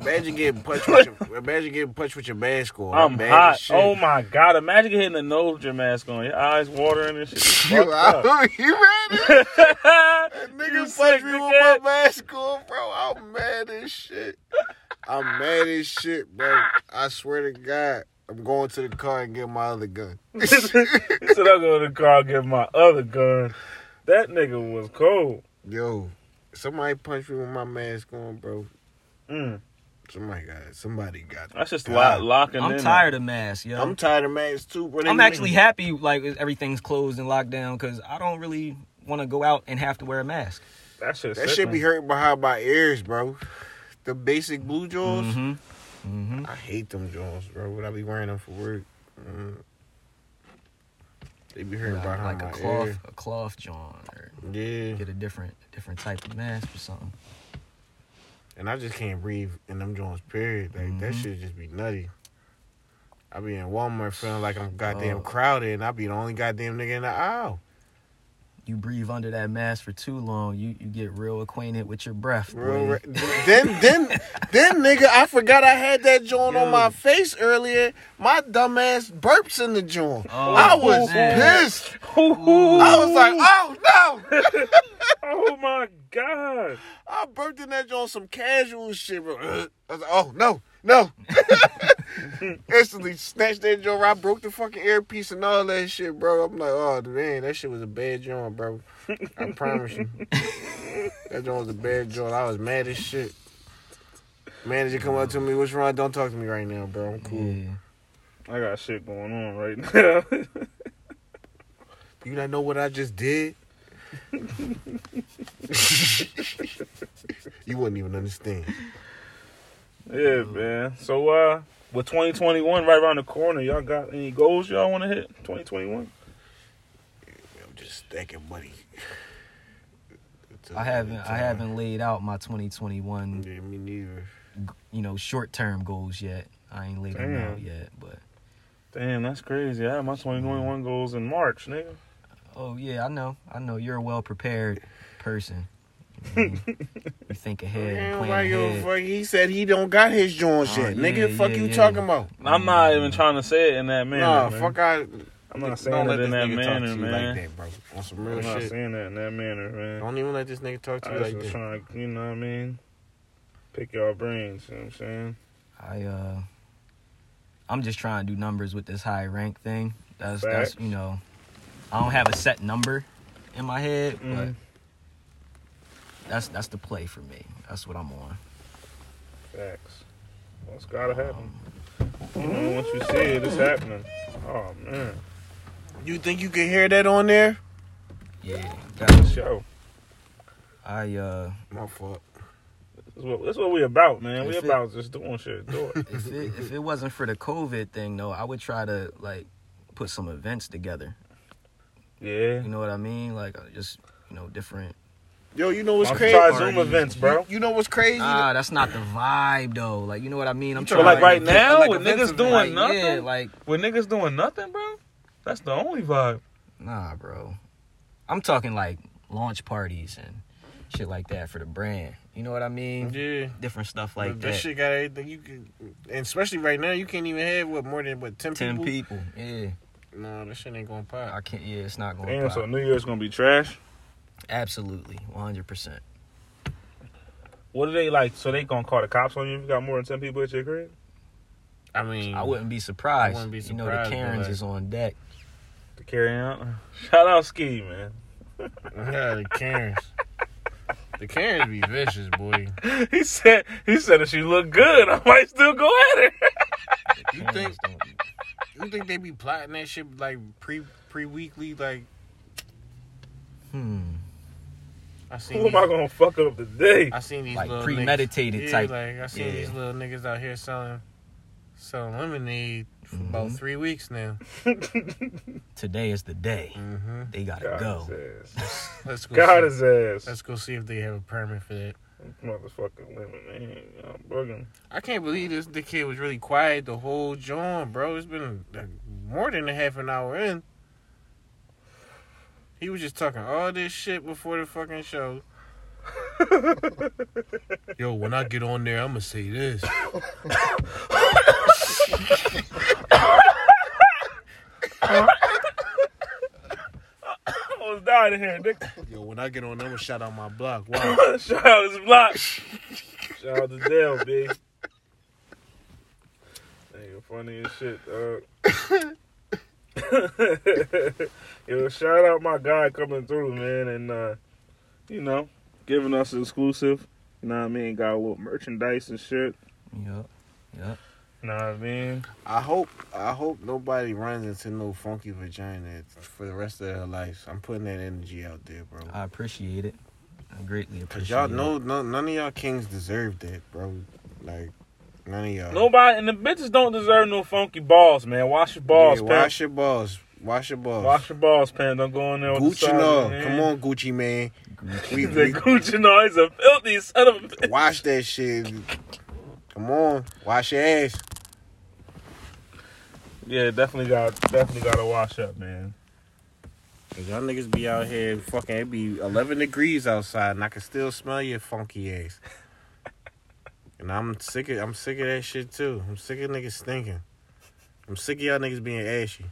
Speaker 1: Imagine getting punched. With your, imagine getting punched with your mask on.
Speaker 3: I'm
Speaker 1: Bad
Speaker 3: hot.
Speaker 1: as shit.
Speaker 3: Oh my god! Imagine getting the nose with your mask on. Your eyes watering and shit.
Speaker 1: You,
Speaker 3: Fucked
Speaker 1: I,
Speaker 3: up.
Speaker 1: you ready?
Speaker 3: You
Speaker 1: Nigga
Speaker 3: sick,
Speaker 1: punched me with my
Speaker 3: dickhead.
Speaker 1: mask on, bro. I'm mad as shit. I'm mad as shit, bro. I swear to God, I'm going to the car and get my other gun.
Speaker 3: He said I'll go to the car and get my other gun. That nigga was cold.
Speaker 1: Yo, somebody punched me with my mask on, bro.
Speaker 3: Mm.
Speaker 1: Somebody got it. Somebody got it.
Speaker 3: That's just
Speaker 1: God.
Speaker 3: lo- locking in.
Speaker 4: I'm tired of masks, yo.
Speaker 1: I'm tired of masks too, bro. They
Speaker 4: I'm
Speaker 1: make-
Speaker 4: actually happy like everything's closed and locked down because I don't really want to go out and have to wear a mask.
Speaker 3: That shit.
Speaker 1: That should be hurting behind my ears, bro. The basic blue jaws.
Speaker 4: Mm-hmm. Mm-hmm.
Speaker 1: I hate them jaws, bro. Would I be wearing them for work? Mm. They be hurting
Speaker 4: Like,
Speaker 1: behind
Speaker 4: like a
Speaker 1: my
Speaker 4: cloth,
Speaker 1: ear.
Speaker 4: a cloth John, or
Speaker 1: Yeah.
Speaker 4: get a different, different type of mask or something.
Speaker 1: and I just can't breathe in them joints. Period. Like that
Speaker 4: Mhm.
Speaker 1: shit just be nutty. I be in Walmart feeling like I'm goddamn
Speaker 4: Oh.
Speaker 1: crowded, and I be the only goddamn nigga in the aisle.
Speaker 4: You breathe under that mask for too long, you you get real acquainted with your breath.
Speaker 1: Real
Speaker 4: boy.
Speaker 1: re- then, then, then, nigga, I forgot I had that joint on
Speaker 4: Yo.
Speaker 1: my face earlier. My dumbass burps in the joint.
Speaker 4: Oh,
Speaker 1: I was
Speaker 4: man.
Speaker 1: pissed. I
Speaker 3: Oh,
Speaker 1: was like, oh no.
Speaker 3: oh my god!
Speaker 1: I burped in that joint some casual shit, bro. I was like, oh no, no. Instantly snatched that joint. I broke the fucking earpiece and all that shit, bro. I'm like, oh man, that shit was a bad joint, bro. I promise you, that joint was a bad joint. I was mad as shit. Manager come up to me, what's wrong? Don't talk to me right now, bro. I'm cool.
Speaker 4: Yeah.
Speaker 3: I got shit going on right now.
Speaker 1: You not know what I just did? you wouldn't even understand.
Speaker 3: yeah, man. So, uh, with 2021 right around the corner, y'all got any goals y'all want to hit? 2021.
Speaker 1: I'm just stacking money.
Speaker 4: I haven't, I haven't laid out my 2021,
Speaker 1: Yeah, me neither.
Speaker 4: you know, short term goals yet. I ain't laid them
Speaker 3: Damn.
Speaker 4: out yet, but
Speaker 3: Damn, that's crazy. I had my 2021 goals in March, nigga.
Speaker 4: oh yeah, I know, I know you're a well prepared person. You, know, you think ahead, and
Speaker 1: Damn,
Speaker 4: plan
Speaker 1: why you
Speaker 4: ahead.
Speaker 1: fuck? He said he don't got his joints
Speaker 4: Oh,
Speaker 1: yet.
Speaker 4: yeah,
Speaker 1: Nigga, fuck
Speaker 4: yeah,
Speaker 1: you
Speaker 4: yeah.
Speaker 1: talking about?
Speaker 3: I'm not even trying to say it in that manner.
Speaker 1: nah,
Speaker 3: man.
Speaker 1: fuck I.
Speaker 3: I'm not saying it in that manner, man.
Speaker 1: like that, bro. On some
Speaker 3: I'm
Speaker 1: real
Speaker 3: not
Speaker 1: shit.
Speaker 3: saying that in that manner, man.
Speaker 1: Don't even let this nigga talk to
Speaker 3: I
Speaker 1: you
Speaker 3: just
Speaker 1: like
Speaker 3: was
Speaker 1: that.
Speaker 3: trying to, you know what I mean? Pick y'all brains, you know what I'm saying?
Speaker 4: I uh I'm just trying to do numbers with this high rank thing. That's that's you know I don't have a set number in my head,
Speaker 1: Mm-hmm.
Speaker 3: Mhm.
Speaker 4: but that's that's the play for me. That's what I'm on.
Speaker 3: Facts. Well, it's gotta happen. You know, once you see it, it's happening. Oh, man.
Speaker 1: You think you can hear that on there?
Speaker 4: Yeah.
Speaker 3: That's show.
Speaker 4: I uh
Speaker 1: My fault.
Speaker 3: That's what, that's what we about, man. We
Speaker 4: That's it.
Speaker 3: about just doing shit. Do it.
Speaker 4: if it if it wasn't for the COVID thing though, I would try to like put some events together.
Speaker 3: Yeah.
Speaker 4: You know what I mean? Like uh, just you know different
Speaker 1: Yo, you know what's
Speaker 3: I'm
Speaker 1: crazy?
Speaker 3: trying Zoom events, bro.
Speaker 1: You know what's crazy?
Speaker 4: Nah, that's not the vibe though. Like you know what I mean? I'm
Speaker 3: So, like, right now,
Speaker 1: like
Speaker 3: with
Speaker 1: events
Speaker 3: niggas doing
Speaker 4: like,
Speaker 3: nothing?
Speaker 4: yeah, like
Speaker 3: With niggas doing nothing, bro? That's the only vibe.
Speaker 4: Nah, bro. I'm talking like launch parties and shit like that for the brand. You know what I mean?
Speaker 1: yeah.
Speaker 4: Different stuff
Speaker 1: Like
Speaker 4: like
Speaker 1: that,
Speaker 4: that.
Speaker 1: shit got everything you can, and especially right now you can't even have what more than what ten,
Speaker 4: Ten
Speaker 1: people.
Speaker 4: people. Yeah,
Speaker 1: No, that shit ain't going pop.
Speaker 4: I can't. Yeah, it's not going.
Speaker 3: Damn,
Speaker 4: to
Speaker 3: so New Year's gonna be trash.
Speaker 4: Absolutely, 100. percent
Speaker 3: What do they like? So they gonna call the cops on you if you got more than 10 people at your crib?
Speaker 1: I mean,
Speaker 3: Mm.
Speaker 4: I wouldn't be surprised.
Speaker 1: I wouldn't be
Speaker 4: You know the
Speaker 1: surprised, but,
Speaker 4: Karens
Speaker 1: like-
Speaker 4: is on deck.
Speaker 3: To carry out. Shout out Ski, man.
Speaker 1: Yeah, the Karens. the Karens be vicious, boy.
Speaker 3: He said, he said if she look good, I might still go at her.
Speaker 1: You
Speaker 4: Karens
Speaker 1: think
Speaker 4: don't-
Speaker 1: you think they be plotting that shit like pre pre weekly? Like
Speaker 4: Hmm.
Speaker 1: I seen
Speaker 3: Who am I
Speaker 1: these,
Speaker 3: gonna fuck up today?
Speaker 1: I seen these
Speaker 4: Like
Speaker 1: little
Speaker 4: premeditated
Speaker 1: niggas.
Speaker 4: type.
Speaker 1: Yeah, like I seen
Speaker 4: Yeah.
Speaker 1: these little niggas out here selling selling lemonade for about
Speaker 4: Mhm.
Speaker 1: three weeks now.
Speaker 4: Today is the day.
Speaker 1: Mm-hmm.
Speaker 4: They gotta
Speaker 3: God
Speaker 4: go.
Speaker 3: his ass.
Speaker 1: Let's go.
Speaker 3: God
Speaker 1: see,
Speaker 3: his ass.
Speaker 1: let's go see if they have a permit for that.
Speaker 3: Motherfucking women, man. I'm bugging.
Speaker 1: I can't believe this. The kid was really quiet the whole joint, bro. It's been like, more than a half an hour in. He was just talking all this shit before the fucking show. Yo, when I get on there, I'm gonna say this.
Speaker 3: I was dying in here, Nick.
Speaker 1: Yo, when I get on, I'm gonna shout out my block. Wow.
Speaker 3: Shout out his block. Shout out to Dale, B. Nigga, funny as shit, dog. Yo, shout out my guy coming through, man, and uh, you know, giving us an exclusive. You know what I mean? Got a little merchandise and shit.
Speaker 4: Yep. Yep.
Speaker 3: You know what I mean?
Speaker 1: I hope I hope nobody runs into no funky vagina for the rest of their lives. I'm putting that energy out there, bro.
Speaker 4: I appreciate it. I greatly
Speaker 1: Cause
Speaker 4: appreciate
Speaker 1: y'all
Speaker 4: it.
Speaker 1: know no, none of y'all kings deserve that, bro. Like none of y'all.
Speaker 3: Nobody and the bitches don't deserve no funky balls, man. Wash your balls,
Speaker 1: Yeah,
Speaker 3: pimp.
Speaker 1: wash your balls. Wash your balls.
Speaker 3: Wash your balls, Pam. Don't go in there with the
Speaker 1: Gucci,
Speaker 3: size,
Speaker 1: no.
Speaker 3: man.
Speaker 1: Come on, Gucci man. We,
Speaker 3: He said,
Speaker 1: we
Speaker 3: Gucci, no, he's a filthy son of a bitch.
Speaker 1: wash that shit. Come on, wash your ass.
Speaker 3: Yeah, definitely got definitely got to wash up, man.
Speaker 1: Cause y'all niggas be out here fucking it be eleven degrees outside and I can still smell your funky ass. And I'm sick of I'm sick of that shit too. I'm sick of niggas stinking. I'm sick of y'all niggas being ashy.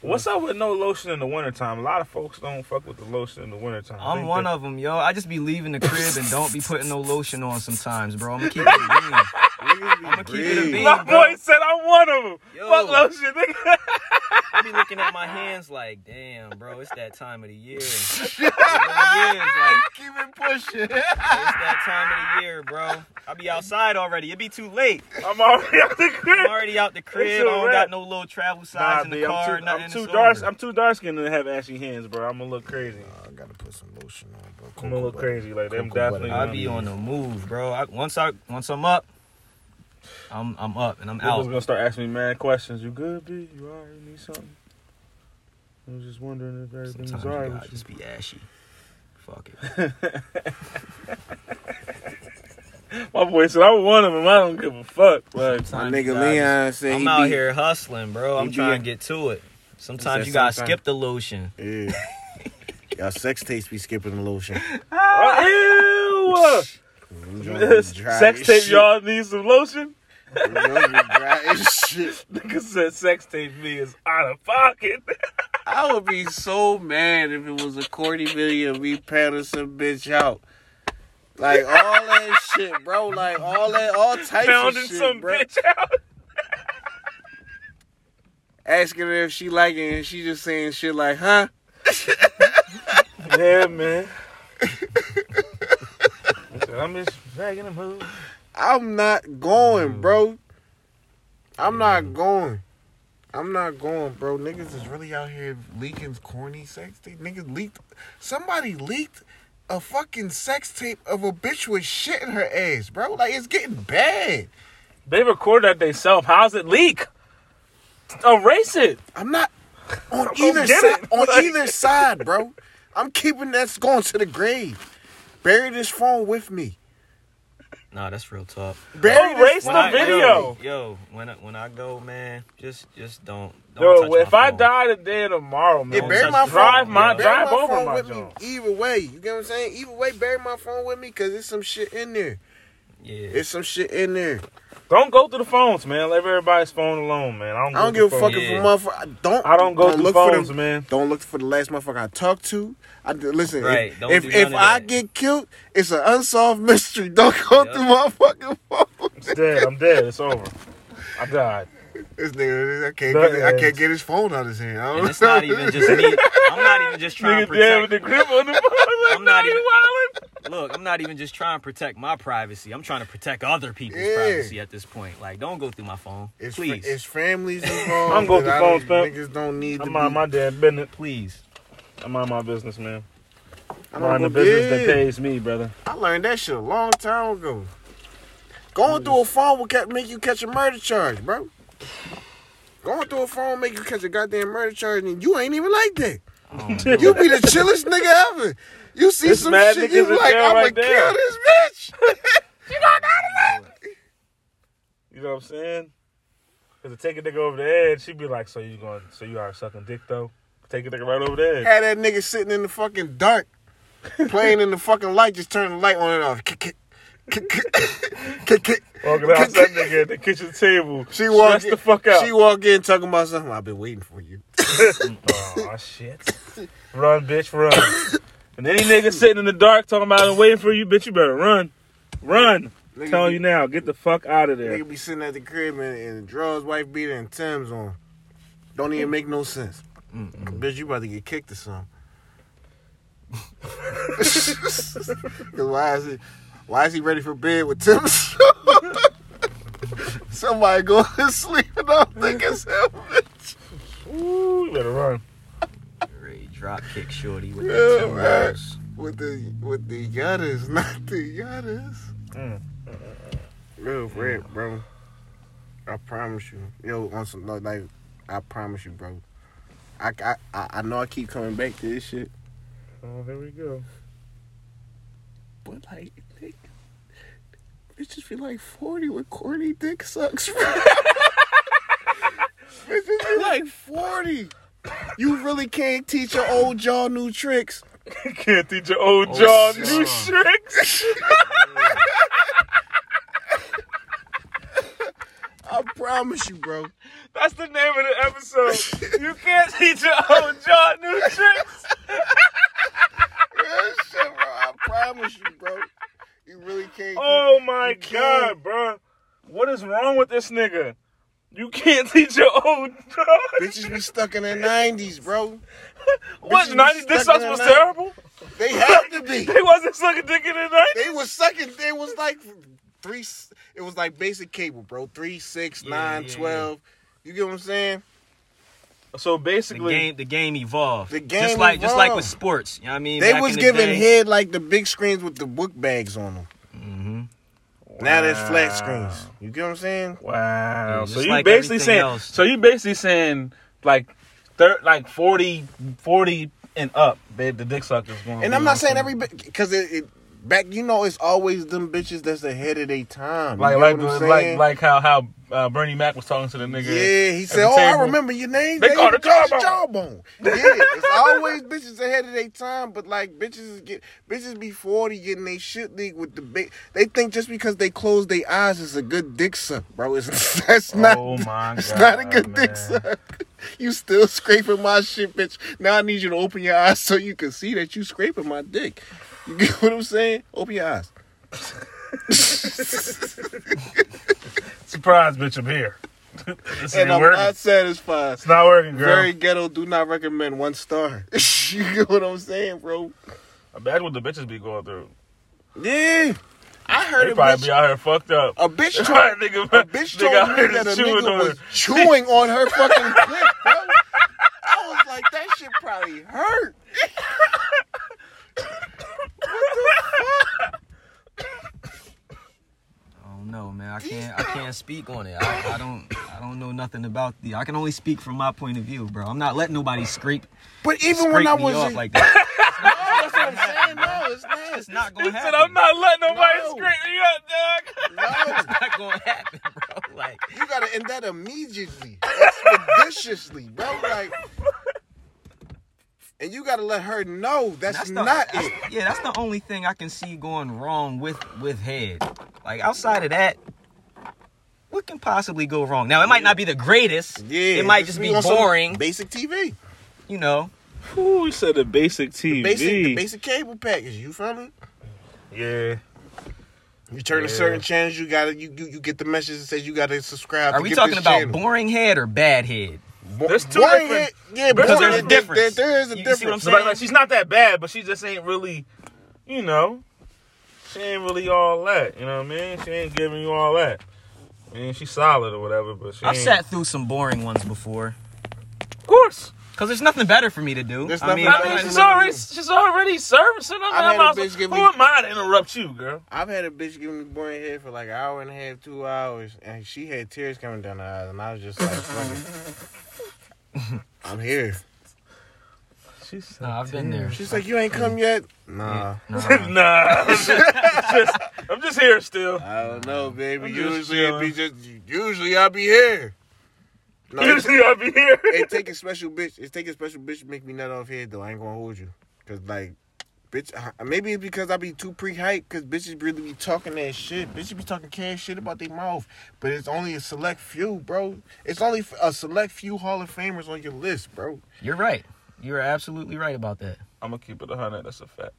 Speaker 3: What's up with no lotion in the wintertime? A lot of folks don't fuck with the lotion in the wintertime.
Speaker 4: I'm
Speaker 3: They
Speaker 4: one
Speaker 3: think-
Speaker 4: of them, yo. I just be leaving the crib and don't be putting no lotion on sometimes, bro. I'm gonna keep it a bean.
Speaker 1: I'ma
Speaker 4: keep it a bean.
Speaker 3: My boy said I'm one of them.
Speaker 4: Yo.
Speaker 3: Fuck lotion, nigga.
Speaker 4: I be looking at my hands like, damn, bro, it's that time of the year. It really is, like,
Speaker 1: Keep it pushing.
Speaker 4: It's that time of the year, bro. I be outside already. It be too late.
Speaker 3: I'm already out the
Speaker 4: I'm
Speaker 3: crib.
Speaker 4: already out the
Speaker 3: It's
Speaker 4: crib.
Speaker 3: a
Speaker 4: I don't
Speaker 3: wrap.
Speaker 4: got no little travel size
Speaker 3: Nah,
Speaker 4: in the
Speaker 3: B,
Speaker 4: car.
Speaker 3: I'm too,
Speaker 4: nothing.
Speaker 3: I'm
Speaker 4: It's
Speaker 3: too dark.
Speaker 4: over.
Speaker 3: I'm too dark skinned to have ashy hands, bro. I'm gonna look crazy.
Speaker 1: I gotta put some lotion on, bro.
Speaker 3: I'm gonna look
Speaker 1: Cocoa butter.
Speaker 3: crazy like that. I'm
Speaker 1: Cocoa butter.
Speaker 3: definitely.
Speaker 4: I
Speaker 3: gonna-
Speaker 4: be on the move, bro. I, once I once I'm up, I'm I'm up and I'm out.
Speaker 3: Niggas gonna start asking me mad questions. You good, B? You alright? You need something? I was just wondering if everything's
Speaker 4: Sometimes you
Speaker 3: alright
Speaker 4: gotta
Speaker 3: with you.
Speaker 4: just be ashy. Fuck it.
Speaker 3: My boy said I'm one of them. I don't give a fuck. Like,
Speaker 4: Sometimes
Speaker 1: My
Speaker 4: you
Speaker 1: nigga
Speaker 4: gotta
Speaker 1: Leon said
Speaker 4: I'm
Speaker 1: he
Speaker 4: out
Speaker 1: be-
Speaker 4: here hustling, bro.
Speaker 1: he
Speaker 4: I'm
Speaker 1: be
Speaker 4: trying
Speaker 1: in-
Speaker 4: to get to it. Sometimes
Speaker 1: said
Speaker 4: you gotta
Speaker 1: sometime.
Speaker 4: skip the lotion.
Speaker 1: Yeah. Y'all sex tapes be skipping the lotion.
Speaker 3: oh,
Speaker 1: Them
Speaker 3: ew.
Speaker 1: joints be dry
Speaker 3: sex
Speaker 1: as
Speaker 3: tape,
Speaker 1: shit.
Speaker 3: y'all need some lotion.
Speaker 1: Them joints be dry as shit.
Speaker 3: Nigga said sex tape me is out of pocket.
Speaker 1: I would be so mad if it was a Cordy video of me patting some bitch out. Like all that shit, bro. Like all that, all types
Speaker 3: Pounding
Speaker 1: of shit,
Speaker 3: some
Speaker 1: bro.
Speaker 3: bitch out.
Speaker 1: Asking her if she like it, and she just saying shit like, "Huh?"
Speaker 3: Yeah, man. I said, I'm just dragging him hood.
Speaker 1: I'm not
Speaker 3: Mm.
Speaker 1: going, bro. I'm not going. I'm not going, bro. Niggas is really out here leaking corny sex tape. Niggas leaked. Somebody leaked a fucking sex tape of a bitch with shit in her ass, bro. Like it's getting bad.
Speaker 3: They recorded that themselves. How's it leak? Erase it.
Speaker 1: I'm not on
Speaker 3: gonna
Speaker 1: either
Speaker 3: get
Speaker 1: side.
Speaker 3: it.
Speaker 1: On
Speaker 3: Like-
Speaker 1: either side, bro. I'm keeping that's going to the grave. Bury this phone with me.
Speaker 4: Nah, that's real tough.
Speaker 1: Bury this
Speaker 3: Erase
Speaker 1: phone.
Speaker 3: the
Speaker 4: I- yo,
Speaker 3: video.
Speaker 4: Yo, when I, when I go, man, just just don't. don't
Speaker 3: Yo,
Speaker 4: touch my
Speaker 3: if I
Speaker 4: phone.
Speaker 3: die today or tomorrow, man,
Speaker 1: Yeah, bury
Speaker 4: touch
Speaker 1: my
Speaker 4: the
Speaker 3: drive
Speaker 1: phone.
Speaker 3: my
Speaker 1: Yeah.
Speaker 3: drive
Speaker 1: bury my
Speaker 3: over
Speaker 1: phone
Speaker 3: my
Speaker 1: with
Speaker 3: joint.
Speaker 1: me. Either way, you get what I'm saying. Either way, bury my phone with me because there's some shit in there.
Speaker 4: yeah,
Speaker 1: There's some shit in there.
Speaker 3: Don't go through the phones, man. Leave everybody's phone alone, man. I don't,
Speaker 1: I don't
Speaker 3: go
Speaker 1: give
Speaker 3: through
Speaker 1: a fuck
Speaker 3: phones.
Speaker 1: if a
Speaker 4: Yeah.
Speaker 1: motherfucker. Don't.
Speaker 3: I don't go through
Speaker 1: look
Speaker 3: phones,
Speaker 1: for the,
Speaker 3: man.
Speaker 1: Don't look for the last motherfucker I talked to. I listen.
Speaker 4: Right,
Speaker 1: If
Speaker 4: don't
Speaker 1: if,
Speaker 4: do
Speaker 1: if
Speaker 4: none of
Speaker 1: I
Speaker 4: that.
Speaker 1: get killed, it's an unsolved mystery. Don't go
Speaker 4: Yep.
Speaker 1: through my fucking phone.
Speaker 3: It's dead. I'm dead. It's over. I died.
Speaker 1: This nigga, I can't,
Speaker 3: That
Speaker 1: get, I
Speaker 3: is-
Speaker 1: can't get his phone out of his hand. I don't
Speaker 4: and it's not even just me. I'm not even just trying to
Speaker 3: Nigga dead with
Speaker 4: protect.
Speaker 3: the grip on the phone. Like,
Speaker 4: I'm not
Speaker 3: nah, you
Speaker 4: even-
Speaker 3: wildin'.
Speaker 4: Look, I'm not even just trying to protect my privacy. I'm trying to protect other people's
Speaker 1: Yeah.
Speaker 4: privacy at this point. Like, don't go through my phone,
Speaker 1: It's, fa-
Speaker 4: please,
Speaker 1: it's families involved.
Speaker 3: I'm going through
Speaker 1: I
Speaker 3: phones,
Speaker 1: don't-
Speaker 3: pimp.
Speaker 1: Niggas don't need to
Speaker 3: I'm
Speaker 1: be.
Speaker 3: on my damn business.
Speaker 4: please.
Speaker 3: I'm mind my business, man.
Speaker 1: I
Speaker 3: I'm
Speaker 1: don't
Speaker 3: mind the
Speaker 1: go-
Speaker 3: business that
Speaker 1: yeah.
Speaker 3: pays me, brother.
Speaker 1: I learned that shit a long time ago. Going
Speaker 3: Mm.
Speaker 1: through a phone will ca- make you catch a murder charge, bro. Going through a phone make you catch a goddamn murder charge, and you ain't even like that.
Speaker 4: Oh,
Speaker 1: You be the chillest nigga ever. You see
Speaker 3: This
Speaker 1: some
Speaker 3: mad
Speaker 1: shit,
Speaker 3: nigga's
Speaker 1: you
Speaker 3: in
Speaker 1: like,
Speaker 3: jail
Speaker 1: I'ma
Speaker 3: right there.
Speaker 1: kill this bitch.
Speaker 3: You know what I'm saying? Cause to take a nigga over the edge, she'd be like, "So you going? So you are sucking dick though?" Take it right over there.
Speaker 1: Had that nigga sitting in the fucking dark, playing in the fucking light, just turn the light on and off. Kick, kick, kick, kick, kick, kick.
Speaker 3: Walking out that nigga at the kitchen table.
Speaker 1: She walked
Speaker 3: Stressed the fuck out.
Speaker 1: She walk in talking about something. I've been waiting for you.
Speaker 3: Aw, Oh, shit. Run, bitch, run. and any nigga sitting in the dark talking about and waiting for you, bitch, you better run. Run.
Speaker 1: Nigga
Speaker 3: Telling
Speaker 1: be-
Speaker 3: you now, get the fuck out of there.
Speaker 1: Nigga be sitting at the crib and, and draw his wife beater and Tim's on. Don't even make no sense. Bitch, you about to get kicked or something. 'Cause why is he why is he ready for bed with Tim's? Somebody go to sleep and I'm thinking something.
Speaker 3: Ooh, you better run.
Speaker 4: Ray drop kick shorty with
Speaker 1: Yeah,
Speaker 4: the two
Speaker 1: man.
Speaker 4: words.
Speaker 1: With the with the yuttas, not the yuttas.
Speaker 3: Mm.
Speaker 1: Real red, bro. I promise you. Yo, on some like, like I promise you, bro. I, I I I know I keep coming back to this shit,
Speaker 3: Oh, there we go.
Speaker 1: but like, nigga, bitches be like forty with corny dick sucks, bro. bitches be like forty. You really can't teach your old jaw new tricks.
Speaker 3: Can't teach your old John
Speaker 4: shit.
Speaker 3: new tricks.
Speaker 1: I promise you, bro.
Speaker 3: That's the name of the episode. You can't teach your old John new tricks.
Speaker 1: Real shit, bro. I promise you, bro. You really can't.
Speaker 3: Oh my
Speaker 1: can't.
Speaker 3: god, bruh. What is wrong with this nigga? You can't teach your old John.
Speaker 1: Bitches be stuck in the nineties, bro.
Speaker 3: What?
Speaker 1: bitches
Speaker 3: 90s
Speaker 1: stuck
Speaker 3: dick sucks
Speaker 1: in
Speaker 3: was
Speaker 1: the night.
Speaker 3: terrible?
Speaker 1: They have to be.
Speaker 3: They wasn't sucking dick in the night?
Speaker 1: They was sucking. They was like three. It was like basic cable, bro. Three, six, nine,
Speaker 4: yeah, yeah.
Speaker 1: twelve. You get what I'm saying?
Speaker 3: So
Speaker 4: The
Speaker 3: basically,
Speaker 4: game, the game evolved.
Speaker 1: The game
Speaker 4: just like just like
Speaker 1: evolved.
Speaker 4: with sports. You know what I mean?
Speaker 1: They
Speaker 4: Back
Speaker 1: was
Speaker 4: in the
Speaker 1: giving
Speaker 4: day-
Speaker 1: head like the big screens with the book bags on them.
Speaker 4: Mm-hmm.
Speaker 1: Now there's flat screens. You get what I'm saying?
Speaker 3: Wow.
Speaker 4: Yeah,
Speaker 3: so
Speaker 4: just
Speaker 3: you
Speaker 4: like
Speaker 3: basically
Speaker 4: everything
Speaker 3: saying
Speaker 4: else.
Speaker 3: so you basically saying like thir- like 40, 40 and up, babe, the dick suckers going.
Speaker 1: And I'm not saying every because it, it back. You know, it's always them bitches that's ahead of their time. You
Speaker 3: like
Speaker 1: get
Speaker 3: like
Speaker 1: what I'm
Speaker 3: like
Speaker 1: saying?
Speaker 3: like how how uh, Bernie Mac was talking to the nigga.
Speaker 1: Yeah, he
Speaker 3: at
Speaker 1: said,
Speaker 3: the
Speaker 1: "Oh,
Speaker 3: table.
Speaker 1: I remember your name.
Speaker 3: They called
Speaker 1: David
Speaker 3: it Jawbone."
Speaker 1: Jones Jawbone. Yeah, it's always bitches ahead of their time, but like bitches get bitches be forty getting they shit league with the big. They think just because they close their eyes is a good dick suck, bro. It's that's not.
Speaker 3: Oh my god.
Speaker 1: it's not a good
Speaker 3: man.
Speaker 1: dick suck. You still scraping my shit, bitch. Now I need you to open your eyes so you can see that you scraping my dick. You get what I'm saying? Open your eyes.
Speaker 3: Surprise, bitch, I'm here. this ain't
Speaker 1: And I'm
Speaker 3: working.
Speaker 1: not satisfied.
Speaker 3: It's not working, girl.
Speaker 1: Very ghetto. Do not recommend one star. you get what I'm saying, bro?
Speaker 3: Imagine what the bitches be going through.
Speaker 1: Yeah, I heard
Speaker 3: They
Speaker 1: a
Speaker 3: probably
Speaker 1: bitch.
Speaker 3: be out here fucked up.
Speaker 1: A bitch,
Speaker 3: Right,
Speaker 1: told,
Speaker 3: nigga,
Speaker 1: a bitch
Speaker 3: nigga out
Speaker 1: told
Speaker 3: here
Speaker 1: me that a
Speaker 3: just chewing on
Speaker 1: nigga was
Speaker 3: her.
Speaker 1: chewing on her fucking clit, bro. I was like, that shit probably hurt.
Speaker 4: I don't know, man. I can't. I can't speak on it. I, I don't. I don't know nothing about the. I can only speak from my point of view, bro. I'm not letting nobody scrape
Speaker 1: But even
Speaker 4: scrape
Speaker 1: when I
Speaker 4: me
Speaker 1: was,
Speaker 4: off like that.
Speaker 1: that's what I'm saying. No, it's not. It's
Speaker 4: It's not
Speaker 3: He
Speaker 4: gonna
Speaker 3: said,
Speaker 4: happen.
Speaker 3: I'm not letting nobody
Speaker 1: No.
Speaker 3: scrape me up, dog.
Speaker 1: not. No,
Speaker 4: It's not gonna happen, bro. Like
Speaker 1: you gotta end that immediately, expeditiously, bro. Like, and you gotta let her know that's,
Speaker 4: that's the,
Speaker 1: not
Speaker 4: that's-
Speaker 1: it.
Speaker 4: Yeah, that's the only thing I can see going wrong with with head. Like outside of that, what can possibly go wrong? Now it might not be the greatest.
Speaker 1: Yeah,
Speaker 4: It might just
Speaker 1: we
Speaker 4: be
Speaker 1: on some
Speaker 4: boring.
Speaker 1: Basic TV,
Speaker 4: You know.
Speaker 3: Ooh, he said the basic TV.
Speaker 1: basic, the basic cable package. You feel me?
Speaker 3: yeah.
Speaker 1: You turn a
Speaker 3: Yeah.
Speaker 1: certain channels, you gotta you, you you get the message that says you gotta subscribe.
Speaker 4: Are
Speaker 1: to
Speaker 4: we
Speaker 1: get
Speaker 4: talking
Speaker 1: this
Speaker 4: about
Speaker 1: channel.
Speaker 4: boring head or bad head?
Speaker 1: Bo-
Speaker 3: There's two
Speaker 1: boring
Speaker 3: different-
Speaker 1: it- yeah,
Speaker 3: because
Speaker 1: boring
Speaker 3: there's a
Speaker 1: it- there-
Speaker 4: difference.
Speaker 1: there- there is a
Speaker 4: You see what I'm
Speaker 1: difference.
Speaker 3: So like, like, she's not that bad, but she just ain't really, you know, she ain't really all that. You know what I mean? She ain't giving you all that. I mean, she's solid or whatever, but she
Speaker 4: I've
Speaker 3: ain't.
Speaker 4: sat through some boring ones before.
Speaker 3: Of course.
Speaker 4: Cause there's nothing better for me to do.
Speaker 1: There's
Speaker 4: I
Speaker 1: nothing
Speaker 4: mean,
Speaker 1: better.
Speaker 3: I mean,
Speaker 1: I
Speaker 3: she's
Speaker 1: know
Speaker 3: already
Speaker 1: you.
Speaker 3: she's already servicing. I
Speaker 1: I've
Speaker 3: mean, I'm
Speaker 1: had a
Speaker 3: also,
Speaker 1: bitch give
Speaker 3: who
Speaker 1: me-
Speaker 3: am I to interrupt you, girl?
Speaker 1: I've had a bitch giving me boring head for like an hour and a half, two hours, and she had tears coming down her eyes, and I was just like, fuck it. I'm here.
Speaker 3: She's
Speaker 4: Nah, I've been there.
Speaker 1: She's like, you ain't come yet. Nah,
Speaker 4: Nah.
Speaker 3: nah, I'm just, just- I'm just here still.
Speaker 1: I don't know, baby.
Speaker 3: I'm just
Speaker 1: Usually it be
Speaker 3: chilling.
Speaker 1: just. Usually I'll be here. No, it's,
Speaker 3: Usually I'll be here.
Speaker 1: it take a special bitch. It take a special bitch to make me nut off head though. I ain't gonna hold you, cause like, bitch. I- Maybe it's because I be too pre-hyped, cause bitches really be talking that shit. Bitches be talking cash shit about their mouth, but it's only a select few, bro. It's only f- a select few Hall of Famers on your list, bro.
Speaker 4: You're right. You're absolutely right about that.
Speaker 3: I'm gonna keep it a hundred. That's a fact.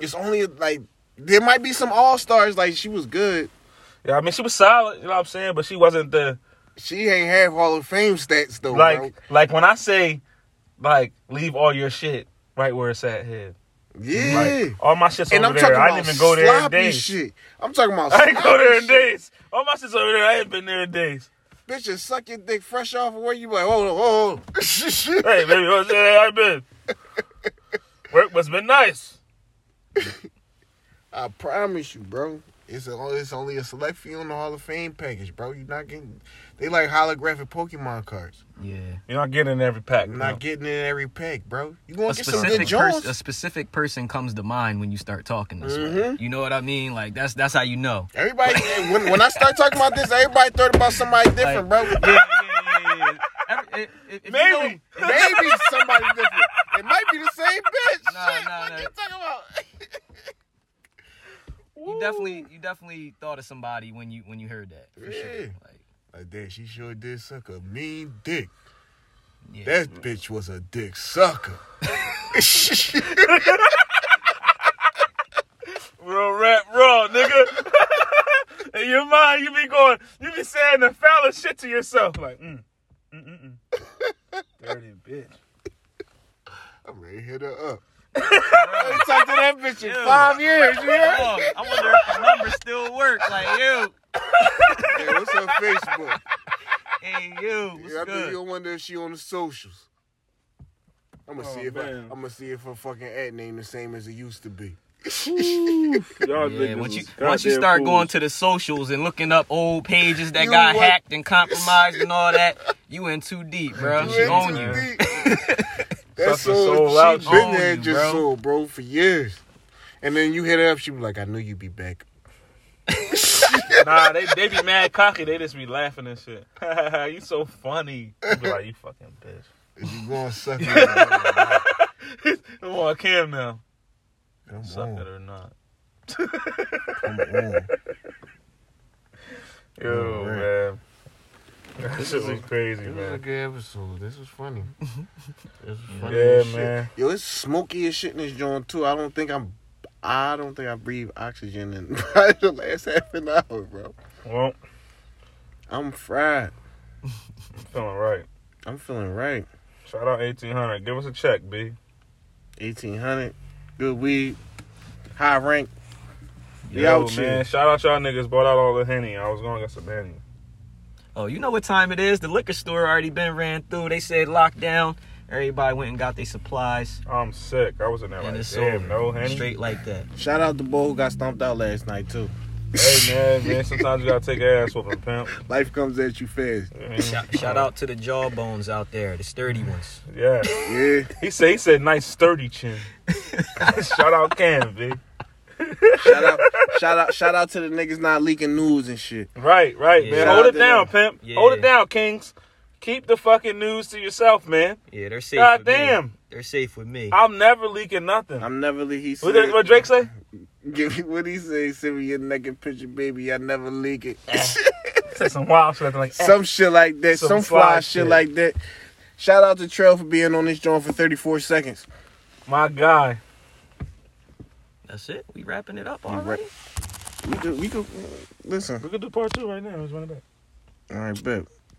Speaker 1: It's only like there might be some all stars. Like she was good.
Speaker 3: Yeah, I mean she was solid. You know what I'm saying? But she wasn't the
Speaker 1: She ain't have Hall of Fame stats though,
Speaker 3: like
Speaker 1: bro.
Speaker 3: like when I say like leave all your shit right where it's at head.
Speaker 1: Yeah.
Speaker 3: Like, all my shit's
Speaker 1: and I'm
Speaker 3: over
Speaker 1: talking
Speaker 3: there. I
Speaker 1: about
Speaker 3: didn't even go there in
Speaker 1: sloppy
Speaker 3: days.
Speaker 1: shit. I'm talking about
Speaker 3: I ain't go
Speaker 1: sloppy
Speaker 3: there in
Speaker 1: shit.
Speaker 3: days. All my shit's over there. I ain't been there in days.
Speaker 1: Bitches suck your dick fresh off of where you like, hold on, hold on. Shit.
Speaker 3: Hey, baby, what's that? I've been. Work must been nice.
Speaker 1: I promise you, bro. It's a, it's only a select few on the Hall of Fame package, bro. You're not getting. They like holographic Pokemon cards.
Speaker 4: Yeah.
Speaker 3: You're not getting every pack.
Speaker 1: You're
Speaker 3: No.
Speaker 1: not getting it in every pack, bro. You gonna
Speaker 4: a
Speaker 1: get some good
Speaker 4: specific person
Speaker 1: Jones?
Speaker 4: a specific person comes to mind when you start talking this way.
Speaker 1: Mm-hmm.
Speaker 4: You know what I mean? Like that's that's how you know.
Speaker 1: Everybody, when, when I start talking about this, everybody thought about somebody different, bro.
Speaker 4: yeah, yeah, yeah, yeah. Every- if- if- if you know-
Speaker 3: Maybe.
Speaker 1: Maybe somebody different. It might be the same bitch.
Speaker 4: Nah,
Speaker 1: Shit,
Speaker 4: nah,
Speaker 1: what
Speaker 4: nah.
Speaker 1: you talking about?
Speaker 4: you definitely you definitely thought of somebody when you when you heard that. For sure.
Speaker 1: Yeah.
Speaker 4: Like
Speaker 1: Like that, she sure did suck a mean dick.
Speaker 4: yeah.
Speaker 1: That bitch was a dick sucker.
Speaker 3: Real rap raw, nigga. In your mind, you be going, you be saying the foulest shit to yourself. Like, mm, mm, mm, mm. Dirty bitch.
Speaker 1: I'm ready to hit her up. I ain't talked to that bitch in five years, you hear?
Speaker 4: Oh, I wonder if the numbers still work. Like you,
Speaker 1: Hey, what's her Facebook?
Speaker 4: hey you, what's
Speaker 1: Yeah, I think
Speaker 4: good?
Speaker 1: you'll wonder if she on the socials. I'm
Speaker 4: Oh,
Speaker 1: gonna see if I,
Speaker 3: man.
Speaker 1: I'm gonna see if her fucking ad name the same as it used to be.
Speaker 3: Y'all
Speaker 4: Yeah,
Speaker 3: niggas
Speaker 4: once you
Speaker 3: is
Speaker 4: once you
Speaker 3: goddamn
Speaker 4: start
Speaker 3: fools.
Speaker 4: going to the socials and looking up old pages that
Speaker 1: You
Speaker 4: got
Speaker 1: what?
Speaker 4: hacked and compromised and all that, you in too deep, bro. She
Speaker 1: Went
Speaker 4: on
Speaker 1: too
Speaker 4: you.
Speaker 1: deep. That's
Speaker 3: Sucker
Speaker 1: so
Speaker 3: sold out
Speaker 1: she been
Speaker 4: on
Speaker 1: there
Speaker 4: you,
Speaker 1: just
Speaker 4: bro.
Speaker 1: sold, bro, for years. And then you hit her up, she be like, I knew you'd be back.
Speaker 3: Nah, they, they be mad cocky. They just be laughing and shit. you so funny. You be like, you fucking bitch.
Speaker 1: If you gonna suck it, I'm
Speaker 3: Come on, Cam now.
Speaker 1: on.
Speaker 3: Suck it or not.
Speaker 1: Come on.
Speaker 3: Yo,
Speaker 1: Alright.
Speaker 3: man. This shit was crazy,
Speaker 1: This was a
Speaker 3: man.
Speaker 1: good episode. This was funny. This was funny.
Speaker 3: Yeah,
Speaker 1: as shit.
Speaker 3: man.
Speaker 1: Yo, it's smoky as shit in this joint too. I don't think I'm. I don't think I breathe oxygen in the last half an hour, bro.
Speaker 3: Well,
Speaker 1: I'm fried.
Speaker 3: I'm feeling right.
Speaker 1: I'm feeling right.
Speaker 3: Shout out 1800. Give us a check, B.
Speaker 1: Eighteen hundred, good weed, high rank. We
Speaker 3: Yo,
Speaker 1: out
Speaker 3: man.
Speaker 1: here.
Speaker 3: Shout out y'all niggas. Bought out all the henny. I was gonna get some henny.
Speaker 4: Oh, you know what time it is? The liquor store already been ran through. They said lockdown. Everybody went and got their supplies,
Speaker 3: I'm sick. I was in there
Speaker 4: and
Speaker 3: like,
Speaker 4: it's
Speaker 3: damn,
Speaker 4: over.
Speaker 3: no henny.
Speaker 4: Straight like that.
Speaker 1: Shout out the boy who got stomped out last night too.
Speaker 3: Hey man, man. Sometimes you gotta take an ass whooping, pimp.
Speaker 1: Life comes at you fast.
Speaker 4: Shout, shout out to the jawbones out there, the sturdy ones.
Speaker 3: Yeah.
Speaker 1: Yeah.
Speaker 3: He said. He said, nice sturdy chin. Shout out Cam, B.
Speaker 1: shout out, shout out, shout out to the niggas not leaking news and shit.
Speaker 3: Right, right,
Speaker 4: Yeah.
Speaker 3: man.
Speaker 1: Shout
Speaker 3: Hold
Speaker 1: out
Speaker 3: it
Speaker 1: to
Speaker 3: down, pimp.
Speaker 4: Yeah.
Speaker 3: Hold it down, Kings. Keep the fucking news to yourself, man.
Speaker 4: Yeah, they're safe.
Speaker 3: God
Speaker 4: with me.
Speaker 3: damn.
Speaker 4: They're safe with me.
Speaker 3: I'm never leaking nothing.
Speaker 1: I'm never leak. He
Speaker 3: What,
Speaker 1: said,
Speaker 3: did, what Drake say?
Speaker 1: Give me what he say. Send me your naked picture, baby. I never leak it.
Speaker 3: Said some wild shit. Like, eh.
Speaker 1: some shit like that,
Speaker 3: Some
Speaker 1: some,
Speaker 3: fly
Speaker 1: fly,
Speaker 3: shit.
Speaker 1: shit. like that. Shout out to Trail for being on this joint for 34 seconds.
Speaker 3: my guy.
Speaker 4: That's it. We wrapping it up
Speaker 1: We
Speaker 4: already.
Speaker 1: could, we could listen.
Speaker 3: We could do part two right now. Let's run it back.
Speaker 1: All right, bet.